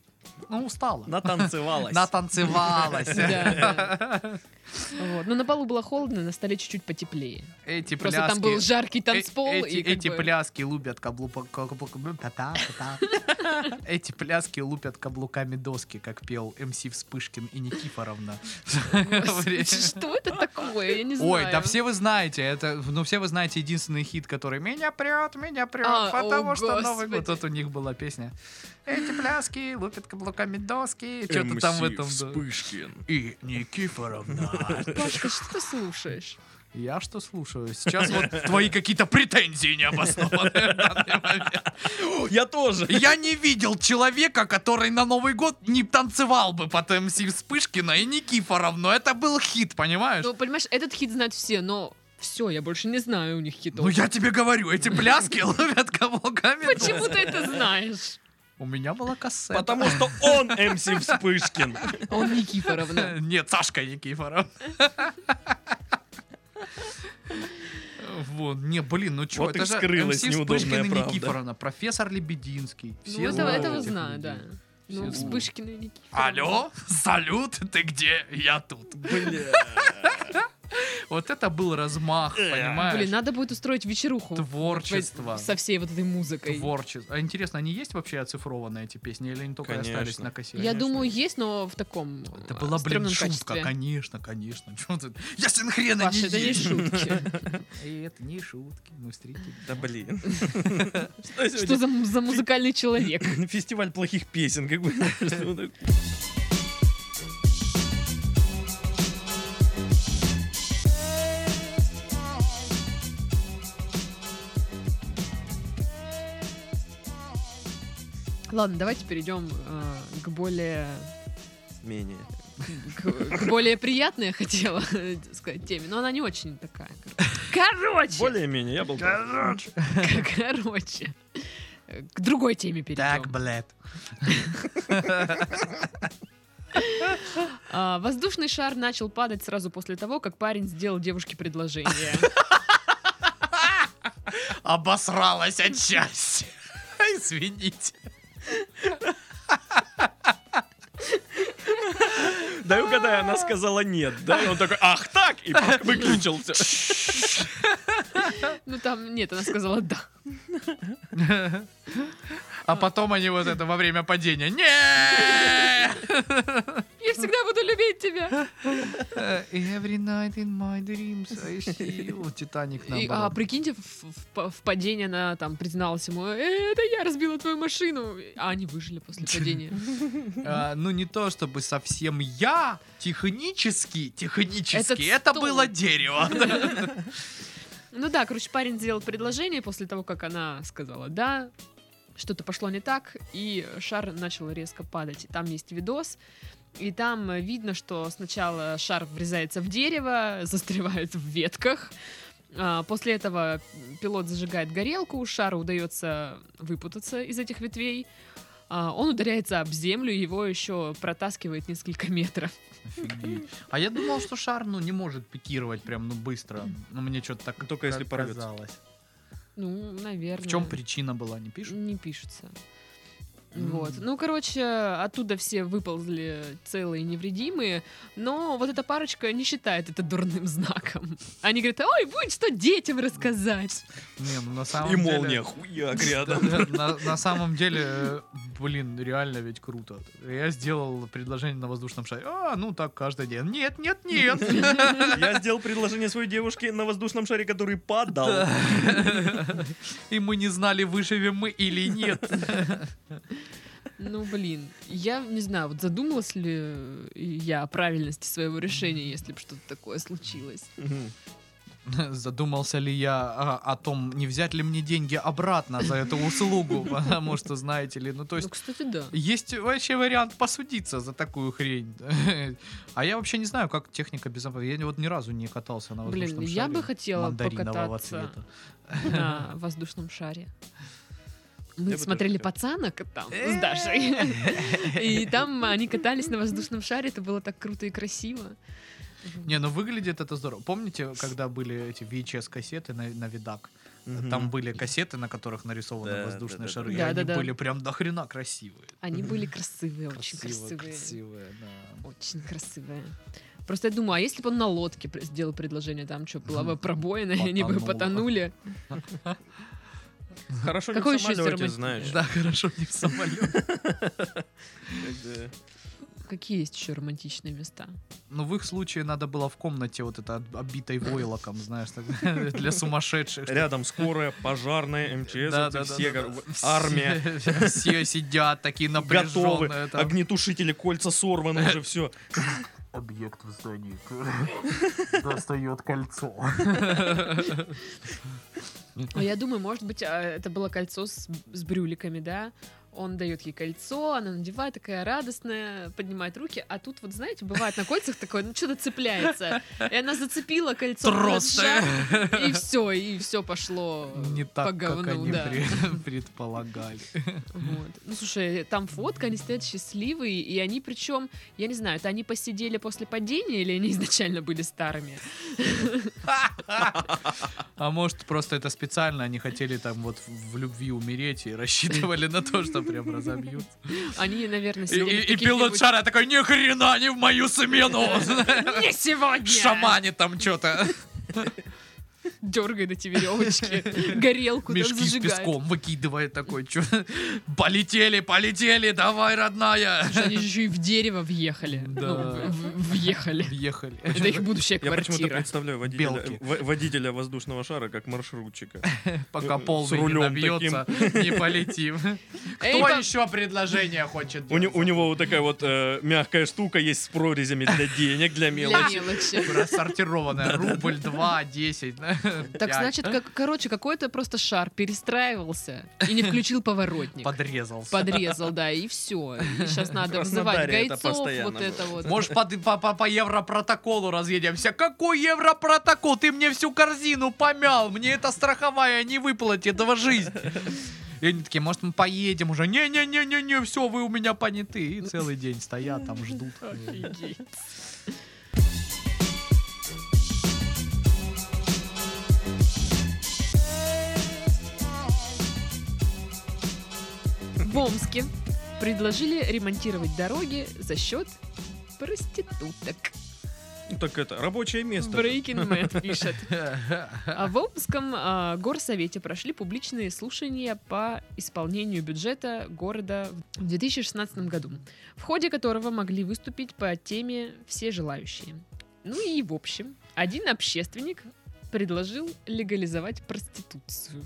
S1: Ну, устала.
S3: Натанцевалась.
S1: Натанцевалась.
S2: Да, Вот. Но на полу было холодно, на столе чуть-чуть потеплее.
S1: Эти
S2: Просто там был
S1: пляски...
S2: жаркий
S1: э-
S2: танцпол.
S1: Эти,
S2: и как
S1: эти
S2: бы-
S1: пляски лупят каблупок... Эти пляски лупят каблуками доски, как пел МС Вспышкин и Никифоровна.
S2: Господи, Что это такое? Я не знаю.
S1: Ой, да все вы знаете, это, ну все вы знаете единственный хит, который меня прет, меня прет,
S2: А,
S1: потому
S2: о,
S1: что Новый
S2: господи.
S1: год. Тут у них была песня. Эти пляски лупят каблуками доски, что-то там в
S3: MC
S1: этом. да.
S3: Вспышкин.
S1: И Никифоровна.
S2: Пашка, что ты слушаешь?
S1: Я что слушаю? Сейчас вот твои какие-то претензии необоснованные в данный момент.
S3: Я тоже.
S1: Я не видел человека, который на Новый год не танцевал бы под МС Вспышкина и Никифоровну. Это был хит, понимаешь?
S2: Ну, понимаешь, этот хит знают все, но все, я больше не знаю у них хитов.
S1: Ну я тебе говорю, эти пляски ловят каблуками. доски.
S2: Почему ты это знаешь?
S1: У меня была кассета.
S3: Потому что он МС Вспышкин.
S2: А Он Никифоровна.
S1: Нет, Сашка Никифоров. Вот, не, блин, ну чё,
S3: Вот
S1: это
S3: и
S1: же
S3: вскрылась
S1: MC Вспышкин
S3: неудобная
S1: и
S3: правда.
S1: Никифоровна, профессор Лебединский.
S2: Ну,
S1: Все
S2: этого,
S1: знают
S2: этого
S1: этих
S2: знаю,
S1: людей.
S2: да. Ну,
S1: Все знают.
S2: Вспышкина и Никифоровна.
S1: Алло, салют, ты где? Я тут.
S3: Бля.
S1: Вот это был размах,
S3: Э,
S2: Блин,
S1: понимаешь?
S2: надо будет устроить вечеруху.
S1: Творчество.
S2: Со всей вот этой музыкой.
S1: Творчество. А интересно, они есть вообще оцифрованные эти песни, или они только и остались
S3: Конечно.
S1: на кассете?
S2: Я
S3: Конечно.
S2: думаю, есть, но в таком
S1: Это
S2: э,
S1: была, блин,
S2: стрёмном
S1: шутка,
S2: качестве.
S1: конечно, конечно. Чё ты- Я синхрена
S2: Паша,
S1: не
S2: это не
S1: ешь.
S2: шутки.
S1: И это не шутки, мы встретились.
S3: Да блин.
S2: Что
S3: Что
S2: за, за музыкальный человек?
S3: сегодня? Фестиваль плохих песен. Как бы. Что такое?
S2: Ладно, давайте перейдем э, к более
S3: Менее.
S2: к, к более приятной, я хотела сказать, теме, но она не очень такая. Короче,
S3: Более-менее. Я был прав.
S2: короче, к другой теме перейдем.
S1: Так, блядь.
S2: А, воздушный шар начал падать сразу после того, как парень сделал девушке предложение.
S1: Обосралась от счастья. Извините.
S3: Дай угадаю, она сказала нет, да? И он такой, ах так! И выключил все.
S2: Ну там, нет, она сказала да.
S1: А потом они вот это во время падения. Не!
S2: Я всегда буду любить тебя.
S1: Every night in my dreams I see you. Титаник
S2: И, а
S1: наоборот.
S2: прикиньте, в, в па- в падение она там призналась ему, «Э, это я разбила твою машину. А они выжили после падения.
S1: А, Ну не то чтобы совсем я, технически,
S2: Этот
S1: технически, это
S2: стол.
S1: было дерево.
S2: Ну да, короче, парень сделал предложение после того, как она сказала «да», что-то пошло не так, и шар начал резко падать. И Там есть видос, и там э, видно, что сначала шар врезается в дерево, застревает в ветках, а, После этого пилот зажигает горелку, шару удается выпутаться из этих ветвей. А, Он ударяется об землю, его еще протаскивает несколько метров.
S1: Офигеть. А я думал, что шар, ну, не может пикировать прям, ну, быстро. Ну, мне что-то так
S3: Только если
S1: ка-
S3: порвётся.
S1: казалось.
S2: Ну, наверное.
S1: В чем причина была, не пишут?
S2: Не пишется.
S1: М.
S2: Вот. Ну, короче, оттуда все выползли целые и невредимые, но вот эта парочка не считает это дурным знаком. Они говорят, ой, будет что детям рассказать.
S1: Не, ну, на самом
S3: И
S1: деле...
S3: молния, хуяк
S1: Да,
S3: рядом.
S1: да, На на самом деле, э, блин, реально ведь круто. Я сделал предложение на воздушном шаре. А, ну так каждый день. Нет, нет, нет.
S3: Я сделал предложение своей девушке на воздушном шаре, который падал.
S1: И мы не знали, выживем мы или нет.
S2: Ну, блин, я не знаю, вот задумалась ли я о правильности своего решения, если бы что-то такое случилось.
S3: Мгм.
S1: Задумался ли я а, о том, не взять ли мне деньги обратно за эту услугу, потому что, знаете ли, ну то есть
S2: Ну, кстати, да.
S1: Есть вообще вариант посудиться за такую хрень. А я вообще не знаю, как техника безопасности. Я вот ни разу не катался на воздушном
S2: Блин, я
S1: шаре
S2: бы хотела
S1: мандаринового
S2: покататься
S1: цвета.
S2: на воздушном шаре. Мы
S3: Я бы
S2: смотрели
S3: тоже хотел. Э!
S2: пацанок там с Дашей. И там они катались на воздушном шаре, это было так круто и красиво.
S1: Не, ну выглядит это здорово. Помните, когда были эти VHS-кассеты на, на видак?
S3: Мгм.
S1: Там были кассеты, на которых нарисованы
S3: Да,
S1: воздушные
S3: да, да,
S1: шары.
S2: да.
S1: и
S2: Да,
S1: они
S2: да, да.
S1: были прям до хрена красивые.
S2: Они были красивые, очень
S1: Красиво,
S2: красивые.
S1: красивые, да.
S2: Очень красивые. Просто я думаю, а если бы он на лодке пр- сделал предложение, там что, была бы пробоина, и они бы
S1: Потонула.
S2: потонули.
S3: Хорошо, не
S2: Какой
S3: в
S2: еще есть
S3: самолете,
S2: аромат-
S3: знаешь.
S1: Да, хорошо, не в самолет.
S3: Да.
S2: Какие есть еще романтичные места?
S1: Ну, в их случае надо было в комнате вот это от- обитой войлоком, знаешь, так, для сумасшедших.
S3: Рядом скорая, пожарная, МЧС,
S1: Да,
S3: вот
S1: да,
S3: эти
S1: да,
S3: все
S1: да,
S3: гор-
S1: да. Все-
S3: армия.
S1: Все сидят такие
S3: Готовы,
S1: напряженные. там.
S3: огнетушители, кольца сорваны уже все.
S1: Объект в здании достает кольцо.
S2: А я думаю, может быть, а, это было кольцо с, с брюликами, да? Он дает ей кольцо, она надевает, такая радостная, поднимает руки. А тут, вот знаете, бывает на кольцах такое, ну что-то цепляется. И она зацепила кольцо.
S1: Трос,
S2: она сжала, И все, и все пошло
S1: Не
S2: по
S1: так,
S2: говну,
S1: как они
S2: да.
S1: пре- предполагали.
S2: Вот. Ну, слушай, там фотка, они стоят счастливые, и они причем, я не знаю, это они посидели после падения или они изначально были старыми?
S1: А может, просто это специально они хотели там вот в в любви умереть и рассчитывали на то, что прям разобьют.
S2: Они, наверное,
S1: И,
S2: сидели в
S1: и- и пилот
S2: каких-нибудь-
S1: шара такой, ни хрена не в мою смену!
S2: Не сегодня!
S1: Шамане там что-то.
S2: дергает эти веревочки, горелку там
S1: Мешки с
S2: зажигает.
S1: песком выкидывает такой. чё. Полетели, полетели, давай, родная!
S2: Слушай, Они же еще и в дерево въехали.
S1: Да.
S2: Ну, в- в- въехали.
S1: Въехали.
S2: Это их будущая
S3: Я почему-то
S2: квартира.
S3: представляю водителя,
S1: Белки.
S3: в- водителя воздушного шара как маршрутчика.
S1: Пока
S3: Э,
S1: полный
S3: с
S1: не
S3: рулем
S1: набьется, не полетим.
S2: Эй,
S1: Кто
S2: пап-
S1: еще предложение хочет?
S3: У, не-
S1: делать?
S3: у него вот такая вот э, мягкая штука есть с прорезями для денег, для
S2: Для
S3: мелочи.
S2: мелочи.
S1: Рассортированное. Рубль, два, десять.
S2: Так
S1: пять. а?
S2: значит, как, короче, какой-то просто шар перестраивался и не включил поворотник.
S1: Подрезался.
S2: Подрезал, да, и все. сейчас надо вызывать
S3: Краснодаре это
S2: гайцов,
S3: постоянно
S2: вот это
S3: было.
S2: вот.
S1: Может, под- по, по- по европротоколу разъедемся? Какой европротокол? Ты мне всю корзину помял. Мне эта страховая не выплатит этого жизнь. И они такие, может, мы поедем уже? Не-не-не-не-не, все, вы у меня поняты. И целый день стоят там, ждут.
S2: Офигеть. В Омске предложили ремонтировать дороги за счет проституток.
S3: Ну, так это, рабочее место.
S2: Breaking Mad пишет. А В Омском а, горсовете прошли публичные слушания по исполнению бюджета города в 2016 году, в ходе которого могли выступить по теме все желающие. Ну и в общем, один общественник предложил легализовать проституцию.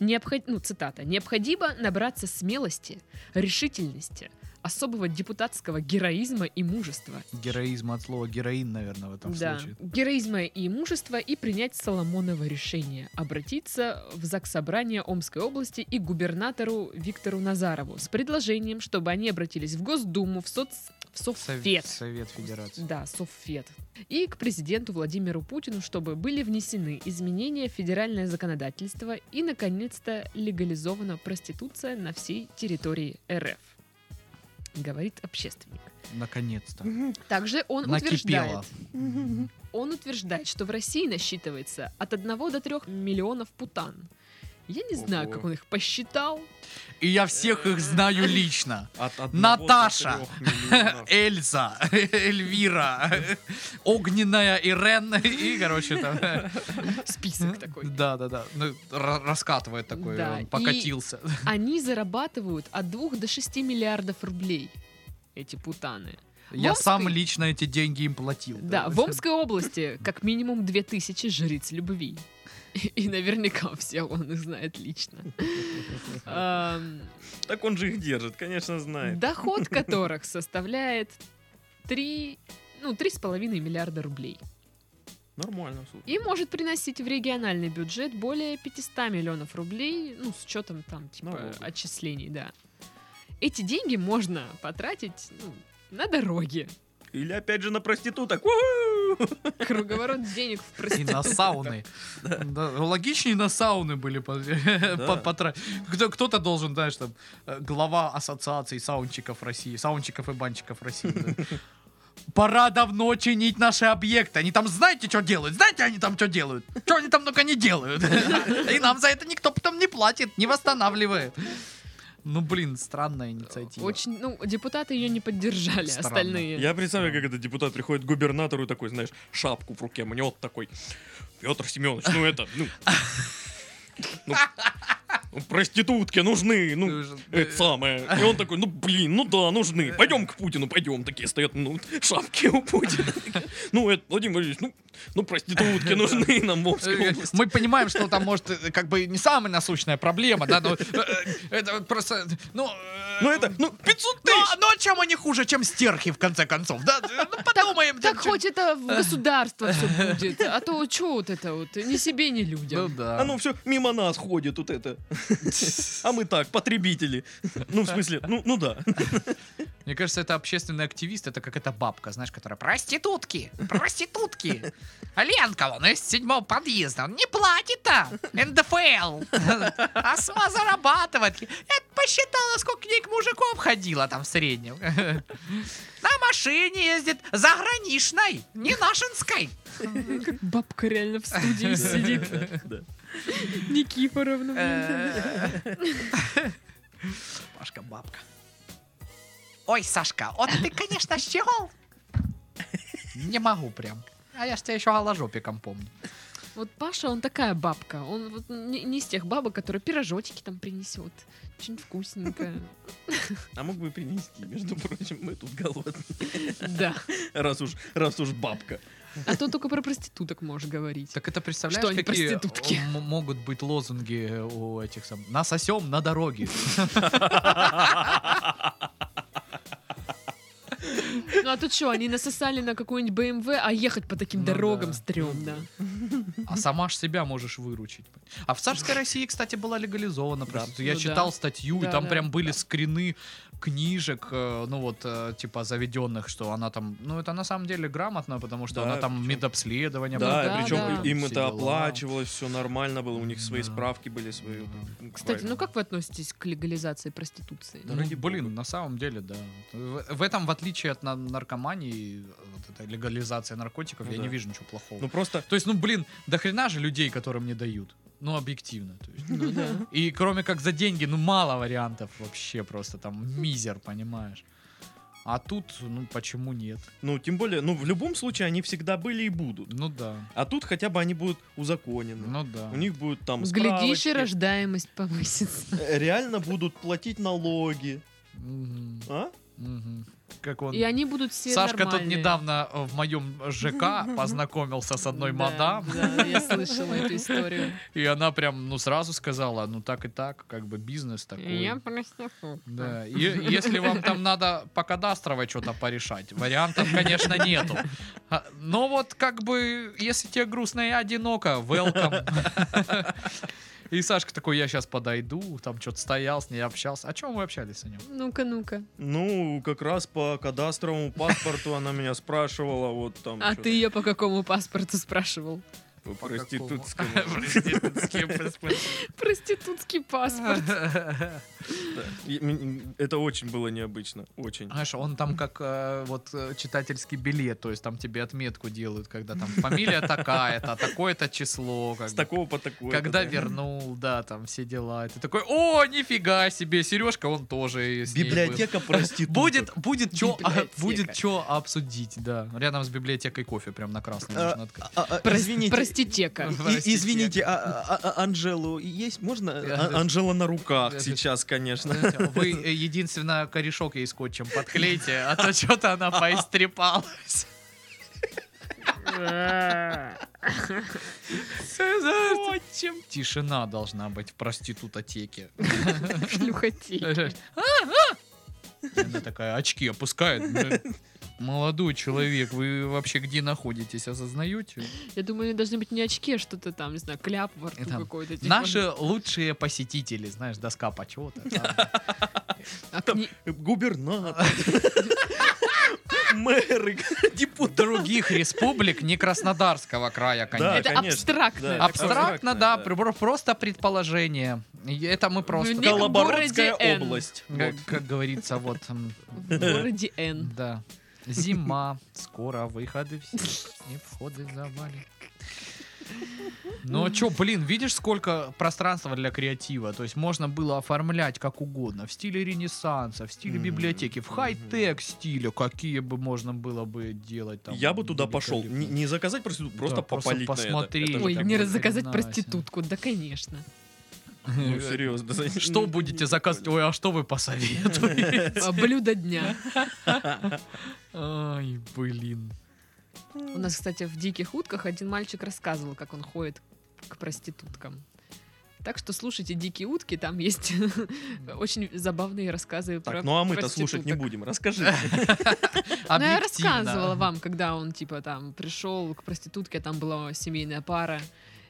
S2: Необход... Ну, цитата. «Необходимо набраться смелости, решительности, особого депутатского героизма и мужества,
S1: Героизм от слова героин, наверное, в этом
S2: да.
S1: случае.
S2: Героизма и мужества и принять Соломоново решение обратиться в Заксобрание Омской области и губернатору Виктору Назарову с предложением, чтобы они обратились в Госдуму, в, соц... в
S1: Сов-
S2: Совфед.
S1: Совет Федерации.
S2: Да, Совфед. И к президенту Владимиру Путину, чтобы были внесены изменения в федеральное законодательство и, наконец-то, легализована проституция на всей территории РФ. Говорит общественник.
S1: Наконец-то.
S2: Также он
S1: Накипело.
S2: утверждает, он утверждает, что в России насчитывается от 1 до 3 миллионов путан. Я не знаю,
S3: Ого.
S2: как он их посчитал.
S1: И я всех их знаю лично.
S3: От одного до
S1: Наташа!
S3: трех миллионов.
S1: Эльза, Эльвира, Огненная Ирен и, короче, там...
S2: Список такой.
S1: Да, да, да. Ну, ра- раскатывает такой,
S2: Да,
S1: он
S2: и-
S1: покатился.
S2: Они зарабатывают от 2 до 6 миллиардов рублей, эти путаны.
S1: Я
S2: Омской-
S1: сам лично эти деньги им платил.
S2: Да, в Омской области как минимум 2000 жриц любви. И наверняка все он их знает лично. Эм,
S3: Так он же их держит, конечно, знает.
S2: Доход которых составляет 3, ну, 3,5 миллиарда рублей.
S3: Нормально, слушай.
S2: И может приносить в региональный бюджет более 500 миллионов рублей, ну, с учетом там, типа,
S3: Налогов.
S2: отчислений, да. Эти деньги можно потратить ну, на дороги.
S3: Или опять же на проституток. У-ху!
S2: Круговорот денег в
S1: И на сауны. Да, Логичнее на сауны были по- по- потра- Кто- Кто-то должен, знаешь, там, э, глава ассоциации саунчиков России, саунчиков и банчиков России. да. Пора давно чинить наши объекты. Они там знаете, что делают? Знаете, они там что делают? Что они там только не делают? И нам за это никто потом не платит, не восстанавливает. Ну, блин, странная инициатива.
S2: Очень, ну, депутаты ее не поддержали,
S1: Странно.
S2: остальные.
S3: Я представляю, как этот депутат приходит к губернатору и такой, знаешь, шапку в руке мнет такой. Петр Семенович, ну это, ну... ну, ну, проститутки нужны, ну, это самое. И он такой, ну блин, ну да, нужны. Пойдем к Путину, пойдем. Такие стоят, ну, шапки у Путина. Ну, это, Владимир Владимирович, ну, ну проститутки нужны нам в Омской
S1: Э,
S3: области.
S1: Мы понимаем, что там, может, э, как бы не самая насущная проблема, да, но э, э, это просто, ну... э,
S3: Ну это, ну, 500
S1: Ну,
S3: тысяч!
S1: а- ну, а чем они хуже, чем стерхи, в конце концов, да? Э, Ну, подумаем. да,
S2: Так
S1: чё-
S2: хоть это в государство все будет, а то что вот это вот, ни себе, ни
S1: Ну
S2: людям.
S1: да.
S3: А ну все мимо нас ходит вот это. А мы так, потребители. Ну, в смысле, ну, ну да.
S1: Мне кажется, это общественный активист, это как эта бабка, знаешь, которая проститутки, проститутки. Ленкова, но из седьмого подъезда, он не платит-то, НДФЛ. А сама зарабатывает. Это посчитала, сколько к ней к мужиков ходила там в среднем. На машине ездит, заграничной, не нашинской. Ну,
S2: Как бабка реально в студии сидит,
S3: Да.
S2: Никифоровна.
S1: Э,
S2: блин.
S1: Пашка бабка. Ой, Сашка, вот ты, конечно, щегол. Не могу прям. А я ж тебя еще голожопиком помню.
S2: Вот Паша, он такая бабка, он вот не, не из тех бабок, которые пирожочки там принесет, что-нибудь вкусненькое.
S3: А мог бы принести, между прочим, мы тут голодные.
S2: Да.
S3: Раз уж, раз уж бабка.
S2: А то только про проституток можешь говорить.
S1: Так это представляешь,
S2: Что они
S1: какие э,
S2: проститутки?
S1: м- могут быть лозунги у этих сам... Нас осем на дороге.
S2: Ну а тут что, они насосали на какую-нибудь БМВ, а ехать по таким
S1: Ну
S2: дорогам
S1: да.
S2: стрёмно.
S1: А сама ж себя можешь выручить. А в царской России, кстати, была легализована проституция. Я
S2: Ну да.
S1: читал статью, и
S2: Да,
S1: там
S2: да,
S1: прям были
S2: да.
S1: скрины книжек, э, ну вот, э, типа, заведенных, что она там... Ну, это на самом деле грамотно, потому что
S3: Да,
S1: она там
S3: причём-
S1: медобследование...
S3: Да,
S2: да,
S3: причем
S2: да.
S3: им
S1: Все
S3: это
S1: дела.
S3: оплачивалось, все нормально было, у них свои
S1: Да.
S3: справки были, свои. вот, ну,
S2: Кстати, ну
S3: правильно.
S2: как вы относитесь к легализации проституции?
S1: Ну,
S3: Ради
S1: блин,
S3: бога.
S1: на самом деле, да. В, в этом, в отличие от на- наркомании, вот этой легализации наркотиков,
S3: Ну
S1: я
S3: да.
S1: не вижу ничего плохого.
S3: Ну просто,
S1: То есть, ну, блин, до хрена же людей, которым не дают. Ну, объективно. То есть.
S2: Ну да.
S1: И кроме как за деньги, ну, мало вариантов вообще просто. Там мизер, понимаешь. А тут, ну почему нет?
S3: Ну, тем более, ну, в любом случае они всегда были и будут.
S1: Ну да.
S3: А тут хотя бы они будут узаконены.
S1: Ну да.
S3: У них будут там
S2: Глядишь, и
S3: справочки.
S2: рождаемость повысится.
S3: Э, Реально будут платить налоги.
S1: Мгм.
S3: А?
S1: Мгм. Как он.
S2: И они будут все
S1: Сашка
S2: нормальные.
S1: тут недавно э, в моем ЖК познакомился с одной
S2: Да,
S1: мадам,
S2: Да, я слышала эту историю.
S1: и она прям, ну, сразу сказала, ну, так и так, как бы бизнес такой.
S2: Я проститутка.
S1: Да, и если вам там надо по кадастрово что-то порешать, вариантов, конечно, нету. А, Но вот как бы, если тебе грустно и одиноко, welcome. И Сашка такой, я сейчас подойду, там что-то стоял, с ней общался. О чем вы общались с ним?
S2: Ну-ка, ну-ка.
S3: Ну, как раз по кадастровому паспорту она меня спрашивала, вот
S1: Ну,
S3: там.
S2: А
S3: чё-то
S2: ты ее по какому паспорту спрашивал?
S3: по
S1: По какому?
S3: проститутскому.
S1: Проститутским паспортом.
S2: Проститутский паспорт.
S3: Да. И м- Это очень было необычно, очень.
S1: Знаешь, он там как э, вот э, читательский билет, то есть там тебе отметку делают, когда там фамилия такая-то, такое-то число. как
S3: С
S1: бы.
S3: такого по такое.
S1: Когда вернул, да, там все дела. И ты такой, о, нифига себе, Сережка, он тоже с ней был».
S3: Библиотека проституток.
S1: Будет, будет чё, а,
S2: Библиотека.
S1: будет чё обсудить, да. Рядом с библиотекой кофе, прям на красном
S3: А,
S1: можно открыть.
S3: А, а,
S2: Прос-
S3: Извините.
S2: Проститека.
S1: Ага. Простите.
S3: И- Извините, а- а- а- Анжелу есть? Можно?
S1: Да,
S3: А-
S1: да.
S3: Анжела на
S1: Да,
S3: руках
S1: да.
S3: сейчас, конечно.
S1: Знаете, Вы э, единственно корешок ей скотчем подклейте, а то что-то она поистрепалась. Скотчем. Тишина должна быть в проститутотеке.
S3: Э.
S2: Шлюхотека.
S1: И Она такая очки опускает. Да. Молодой человек, вы вообще где находитесь, осознаете?
S2: Я думаю, должны быть не очки, а что-то там, не знаю, кляп во рту
S1: Это
S2: какой-то. типа.
S1: Наши лучшие посетители, знаешь, доска почета. там.
S2: А кни-
S3: Губернатор. Мэры, депутаты.
S1: Других республик, не Краснодарского края,
S3: Да,
S1: конечно.
S2: Это
S3: конечно.
S2: абстрактно.
S3: Да,
S1: Абстрактно,
S3: абстрактно,
S1: да,
S3: да.
S1: пр- просто предположение. И Это мы просто...
S2: Ну, не-
S1: Как-
S3: Колобородская
S2: городе Н.
S3: область.
S1: Как,
S3: Вот.
S1: как говорится, вот... м,
S2: В городе Н.
S1: Да. Зима, скоро выходы все, и входы завали. Ну а чё, блин, видишь, сколько пространства для креатива? То есть можно было оформлять как угодно. В стиле ренессанса, в стиле
S3: Мгм,
S1: библиотеки, в
S3: мгм.
S1: хай-тек стиле. Какие бы можно было бы делать там.
S3: Я бы туда пошел.
S1: великолепно.
S3: Не не заказать проститутку, просто
S1: Да, просто
S3: попалить на это.
S1: посмотреть.
S3: Это же
S2: Ой,
S3: как
S2: не
S3: бы-
S2: раз заказать
S1: хрена себе.
S2: проститутку. Да, конечно.
S3: Ну, серьезно.
S1: э, Что будете заказывать? Ой, а что вы посоветуете?
S2: А, Блюдо дня.
S1: Ай, блин.
S2: Ну, У нас, кстати, в «Диких утках» один мальчик рассказывал, как он ходит к проституткам. Так что слушайте «Дикие утки», там есть очень забавные рассказы про
S3: Так, ну а мы-то слушать не
S2: проституток.
S3: будем. Расскажи.
S2: Ну, я
S1: Объективно.
S2: рассказывала вам, когда он, типа, там, пришел к проститутке, а там была семейная пара,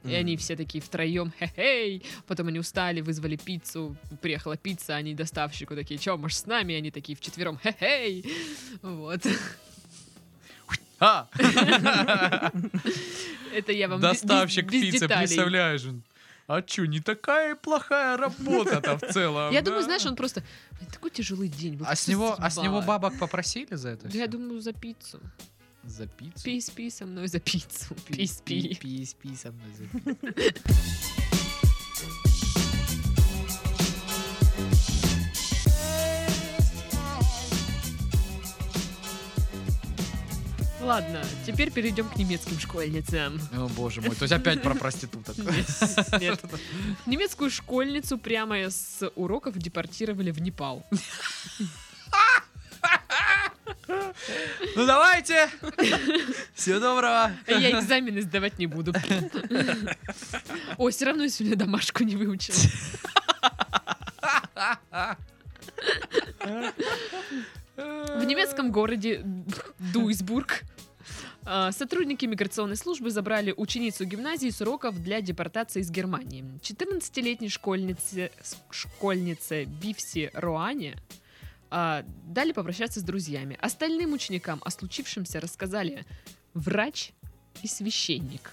S2: и
S3: Мгм.
S2: они все такие втроем, хе-хей, потом они устали, вызвали пиццу, приехала пицца, они доставщику такие, чё, может, с нами? И они такие вчетвером, хе-хей, вот.
S1: А!
S2: Это я вам без- без-
S1: Доставщик
S2: без
S1: пиццы,
S2: деталей.
S1: представляешь? он, А чё, не такая и плохая работа-то в целом?
S2: Я
S1: да?»
S2: думаю, знаешь, он просто, «Ой, такой тяжелый день. вот
S1: А с него, а с него
S2: задолбало».
S1: бабок попросили за это
S2: Да
S1: всё?
S2: я думаю, за пиццу.
S1: За пиццу?
S2: Пи-спи со мной за пиццу.
S1: Пи-
S2: Пи-спи.
S1: пи- пи- спи со мной за пиццу.
S2: Ладно, теперь перейдем к немецким школьницам.
S1: О, боже мой. То есть опять про проституток.
S2: Нет. Немецкую школьницу прямо с уроков депортировали в Непал.
S1: Ну давайте! Всего доброго!
S2: Я экзамены сдавать не буду. Ой, все равно я сегодня домашку не выучила. В
S1: Ну,
S2: немецком городе Дуйсбург а, сотрудники миграционной службы забрали ученицу гимназии с уроков для депортации из Германии. 14-летней школьнице, с- школьнице Бифси Роане а, дали попрощаться с друзьями. Остальным ученикам о случившемся рассказали врач и священник.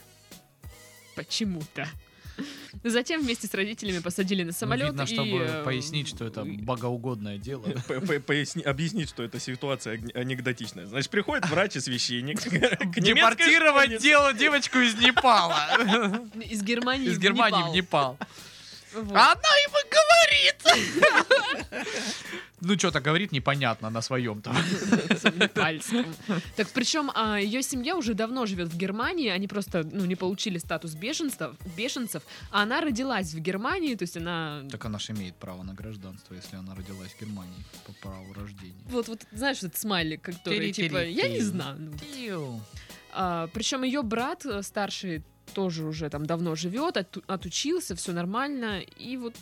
S2: Почему-то. Затем вместе с родителями посадили на самолет
S1: Ну, Видно,
S2: и,
S1: чтобы
S2: э,
S1: пояснить, что это богоугодное дело.
S3: П- п- поясни- Объяснить, что эта ситуация агни- анекдотичная. Значит, приходит врач и священник. к немецкой
S1: Депортировать
S3: школьнице.
S1: дело девочку из Непала.
S2: Из Германии
S1: Из
S2: в
S1: Германии в
S2: Непал.
S1: Непал.
S2: Вот.
S1: А она ему говорит! Ну, что-то говорит непонятно на своем там.
S2: Пальцем. Так причем ее семья уже давно живет в Германии, они просто ну, не получили статус беженцев, беженцев, а она родилась в Германии, то есть она...
S1: Так она же имеет право на гражданство, если она родилась в Германии по праву рождения.
S2: Вот, вот знаешь, этот смайлик, который типа, я не знаю. ну, причем ее брат э, старший тоже уже там давно живет, оту- отучился, все нормально. И вот,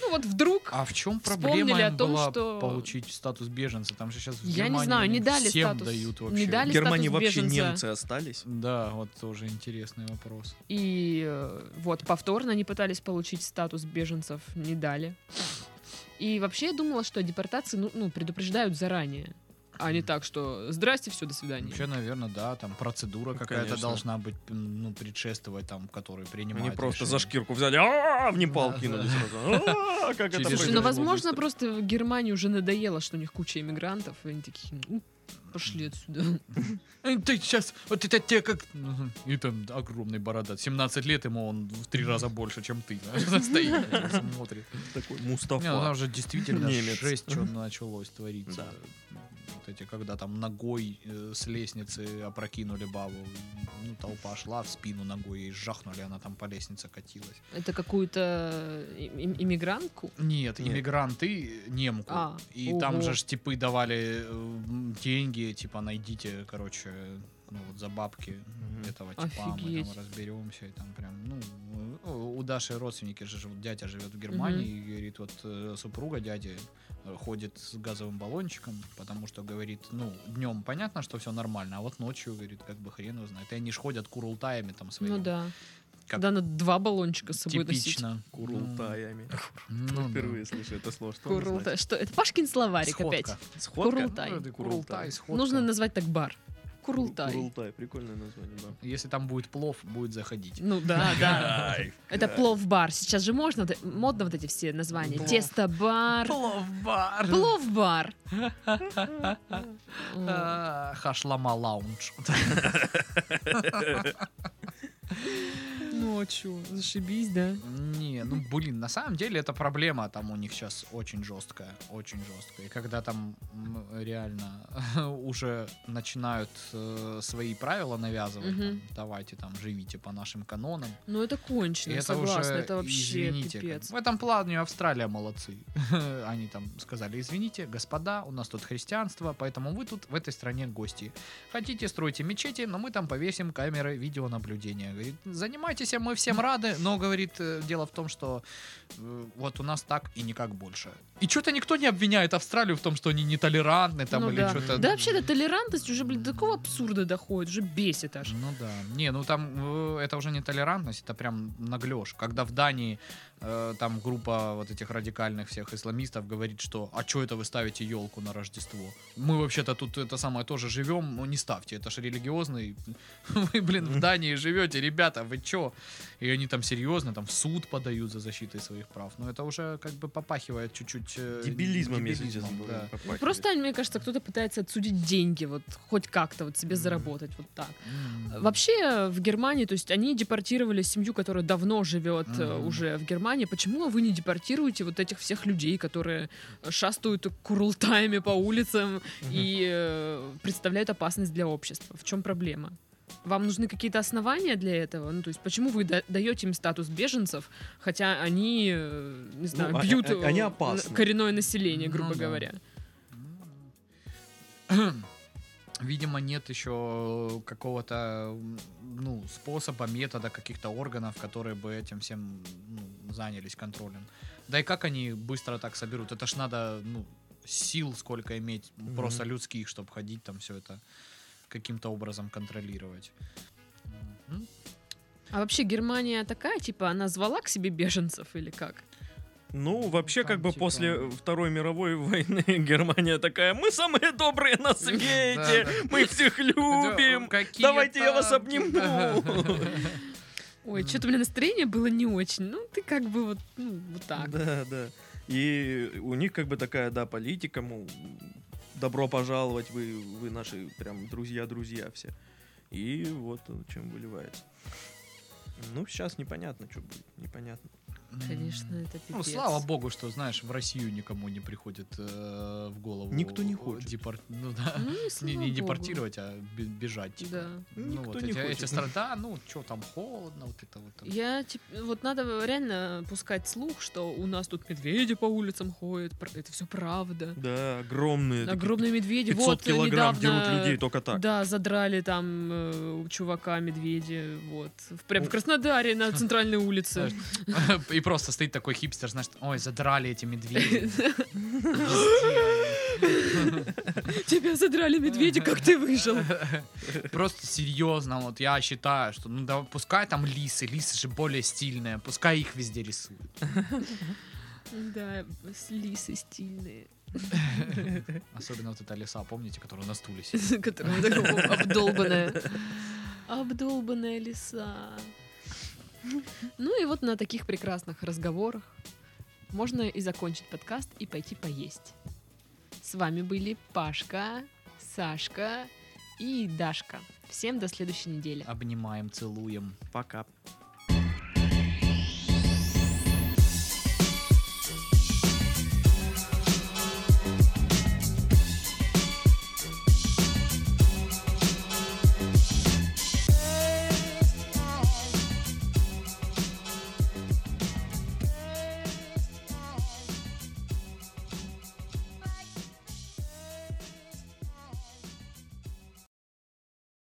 S2: ну вот вдруг...
S1: А в чем
S2: Вспомнили
S1: проблема
S2: о
S1: им
S2: том,
S1: была
S2: что-
S1: получить статус беженца? Там же сейчас в
S2: Я не
S1: Германии
S2: знаю, не дали
S1: всем
S2: статус.
S1: дают
S2: Не
S1: вообще.
S3: В
S2: дали.
S3: Германии
S2: статус
S3: вообще
S2: беженца.
S3: немцы остались?
S1: Да, вот тоже интересный вопрос.
S2: И э, вот повторно они пытались получить статус беженцев, не дали. И вообще я думала, что о депортации ну, ну, предупреждают заранее, а не так, что «здрасте, все, до свидания».
S1: Вообще, наверное, да, там процедура
S3: Ну,
S1: какая-то
S3: конечно.
S1: должна быть, м, ну, предшествовать там, который принимает
S3: Они просто
S1: решение.
S3: за шкирку взяли, «А-а-а!» в Непал
S1: Да,
S3: кинули
S1: да.
S3: сразу. «А-а-а!» Как это
S1: Через- Слушай,
S2: Слушай, ну,
S1: ну,
S3: выглядело
S2: возможно,
S3: быстро.
S2: просто в Германии уже надоело, что у них куча иммигрантов, и они такие «Ну, пошли отсюда».
S1: Э, Ты сейчас, вот это тебе как... Мгм. И там огромный бородат. 17 лет ему он в три раза больше, чем ты. знаешь, Стоит, смотрит.
S3: такой
S1: Не, ну, там
S3: Мустафа.
S1: же действительно
S3: Немец.
S1: жесть, что началось твориться.
S3: Да.
S1: Вот эти, когда там ногой э, с лестницы опрокинули бабу. Ну, толпа шла, в спину ногой ей жахнули, она там по лестнице катилась.
S2: Это какую-то э, им- им- иммигрантку?
S1: Нет,
S3: Нет.
S1: иммигранты немку.
S2: А,
S1: и там
S2: ого.
S1: же ж типы давали э, м, деньги, типа, найдите, короче, ну вот за бабки
S3: Мгм.
S1: этого типа, мы
S2: Офигеть.
S1: там разберемся, и там прям, ну, э, у Даши родственники же живут, дядя живет в Германии, и говорит, вот э, супруга дяди э, ходит с газовым баллончиком, потому что, говорит, ну, днем понятно, что все нормально, а вот ночью, говорит, как бы хрен его знает. И они ж ходят курултаями там своими.
S2: Ну да.
S1: Как-
S2: Когда надо два баллончика с собой носить.
S1: Типично.
S3: Курултаями.
S1: Ну, ну да.
S3: Впервые слышу это слово. Что оно
S2: Курултай.
S3: значит?
S2: Что? Это Пашкин словарик
S1: Сходка.
S2: опять.
S3: Сходка?
S2: Курултай.
S3: Ну, это Курултай.
S1: сходка.
S2: Нужно назвать так бар. Курултай.
S3: Курултай. Прикольное название, да.
S1: Если там будет плов, будет заходить.
S2: Ну да, да.
S3: Кайф,
S2: Это
S3: кайф.
S2: плов-бар. Сейчас же можно, вот э- модно вот эти все названия.
S1: Плов.
S2: Тесто-бар.
S1: Плов-бар.
S2: Плов-бар. О,
S1: А, Хашлама лаунж.
S2: Ночью. Ну а Зашибись, да?
S1: Не, ну блин, на самом деле это проблема там у них сейчас очень жесткая, очень жесткая. И когда там м, реально уже начинают э, свои правила навязывать,
S2: Мгм.
S1: там, давайте там живите по нашим канонам.
S2: Ну это
S1: И
S2: кончено,
S1: это
S2: согласна.
S1: уже,
S2: Это вообще
S1: извините, как-
S2: пипец.
S1: В этом плане Австралия молодцы. Они там сказали, извините, господа, у нас тут христианство, поэтому вы тут в этой стране гости. Хотите, стройте мечети, но мы там повесим камеры видеонаблюдения. Говорит, занимайтесь, мы всем рады, но, говорит, э, дело в том, что э, вот у нас так и никак больше. И что-то никто не обвиняет Австралию в том, что они нетолерантны там
S2: Ну
S1: или
S2: да.
S1: что-то...
S2: Да вообще-то толерантность уже, блин, до такого абсурда доходит, уже бесит аж.
S1: Ну да. Не, ну там э, это уже не толерантность, это прям наглешь. Когда в Дании э, там группа вот этих радикальных всех исламистов говорит, что а что это вы ставите елку на Рождество? Мы вообще-то тут это самое тоже живем, но не ставьте, это же религиозный. Вы, блин, в Дании живете, ребята, вы чё? И они там серьезно, там в суд подают за защитой своих прав. Но это уже как бы попахивает чуть-чуть... э,
S3: Дебилизмом, если честно.
S1: дебилизмом, да. Ну,
S3: блин, попахивает.
S2: Просто, мне кажется, кто-то пытается отсудить деньги, вот хоть как-то вот себе
S3: Мгм.
S2: заработать вот так.
S1: М.
S2: Вообще э, в Германии, то есть они депортировали семью, которая давно живет э,
S1: Мгм.
S2: уже в Германии. Почему вы не депортируете вот этих всех людей, которые шастают курултаями по улицам и э, представляют опасность для общества? В чем проблема? Вам нужны какие-то основания для этого? Ну, то есть, почему вы да- даете им статус беженцев, хотя они, э, не знаю,
S3: а-
S2: бьют
S3: а-
S2: э,
S3: они опасны.
S2: коренное население, грубо
S1: Ну да.
S2: говоря?
S1: Видимо, нет еще какого-то м, ну, способа, метода, каких-то органов, которые бы этим всем ну, занялись контролем. Да и как они быстро так соберут? Это ж надо ну, сил сколько иметь,
S3: Мгм.
S1: просто людских, чтобы ходить там все это каким-то образом контролировать. М.
S2: А вообще Германия такая, типа, она звала к себе беженцев или как?
S3: Ну, вообще,
S1: Там
S3: как бы
S1: типа-
S3: после э, Второй мировой войны Германия такая, мы самые добрые на свете,
S1: Да,
S3: мы всех любим,
S1: Какие
S3: давайте я вас
S1: там-
S3: обниму.
S2: Ой,
S1: Мгм.
S2: что-то у меня настроение было не очень. Ну, ты как бы вот, ну, вот так.
S3: Да, да. И у них как бы такая, да, политика, мол, добро пожаловать, вы, вы наши прям друзья-друзья все. И вот он чем выливается. Ну, сейчас непонятно, что будет, непонятно.
S2: Конечно, это пипец.
S1: Ну, слава богу, что, знаешь, в Россию никому не приходит э, в голову.
S3: Никто не хочет.
S1: депор- Ну да.
S2: Ну, и
S1: Не,
S2: слава
S1: не
S2: богу.
S1: депортировать, а бе- бежать. типа.
S2: Да.
S1: Ну,
S3: Никто
S1: вот
S3: не
S1: эти,
S3: хочет.
S1: эти страны, да, ну, что там, холодно, вот это вот. там.
S2: Я, тип- ну, вот надо реально пускать слух, что у нас тут медведи по улицам ходят, пр- это все правда.
S3: Да, огромные. такие
S2: Огромные медведи,
S3: 500
S2: вот э,
S3: килограмм
S2: недавно...
S3: дерут
S1: типа
S3: людей только так.
S2: Да, задрали там э, у чувака медведи, вот. В- Прям в Краснодаре на центральной улице.
S1: И просто стоит такой хипстер, знаешь, ой, задрали эти медведи. Везде.
S2: Тебя задрали медведи, как ты выжил.
S1: Просто серьезно, вот я считаю, что ну да, пускай там лисы, лисы же более стильные, пускай их везде рисуют.
S2: Да, с- лисы стильные,
S1: Особенно вот эта лиса, помните, которая на стуле сидит.
S2: которая вот такая вот обдолбанная. Обдолбанная лиса. Ну и вот на таких прекрасных разговорах можно и закончить подкаст и пойти поесть. С вами были Пашка, Сашка и Дашка. Всем до следующей недели.
S1: Обнимаем, целуем.
S3: Пока.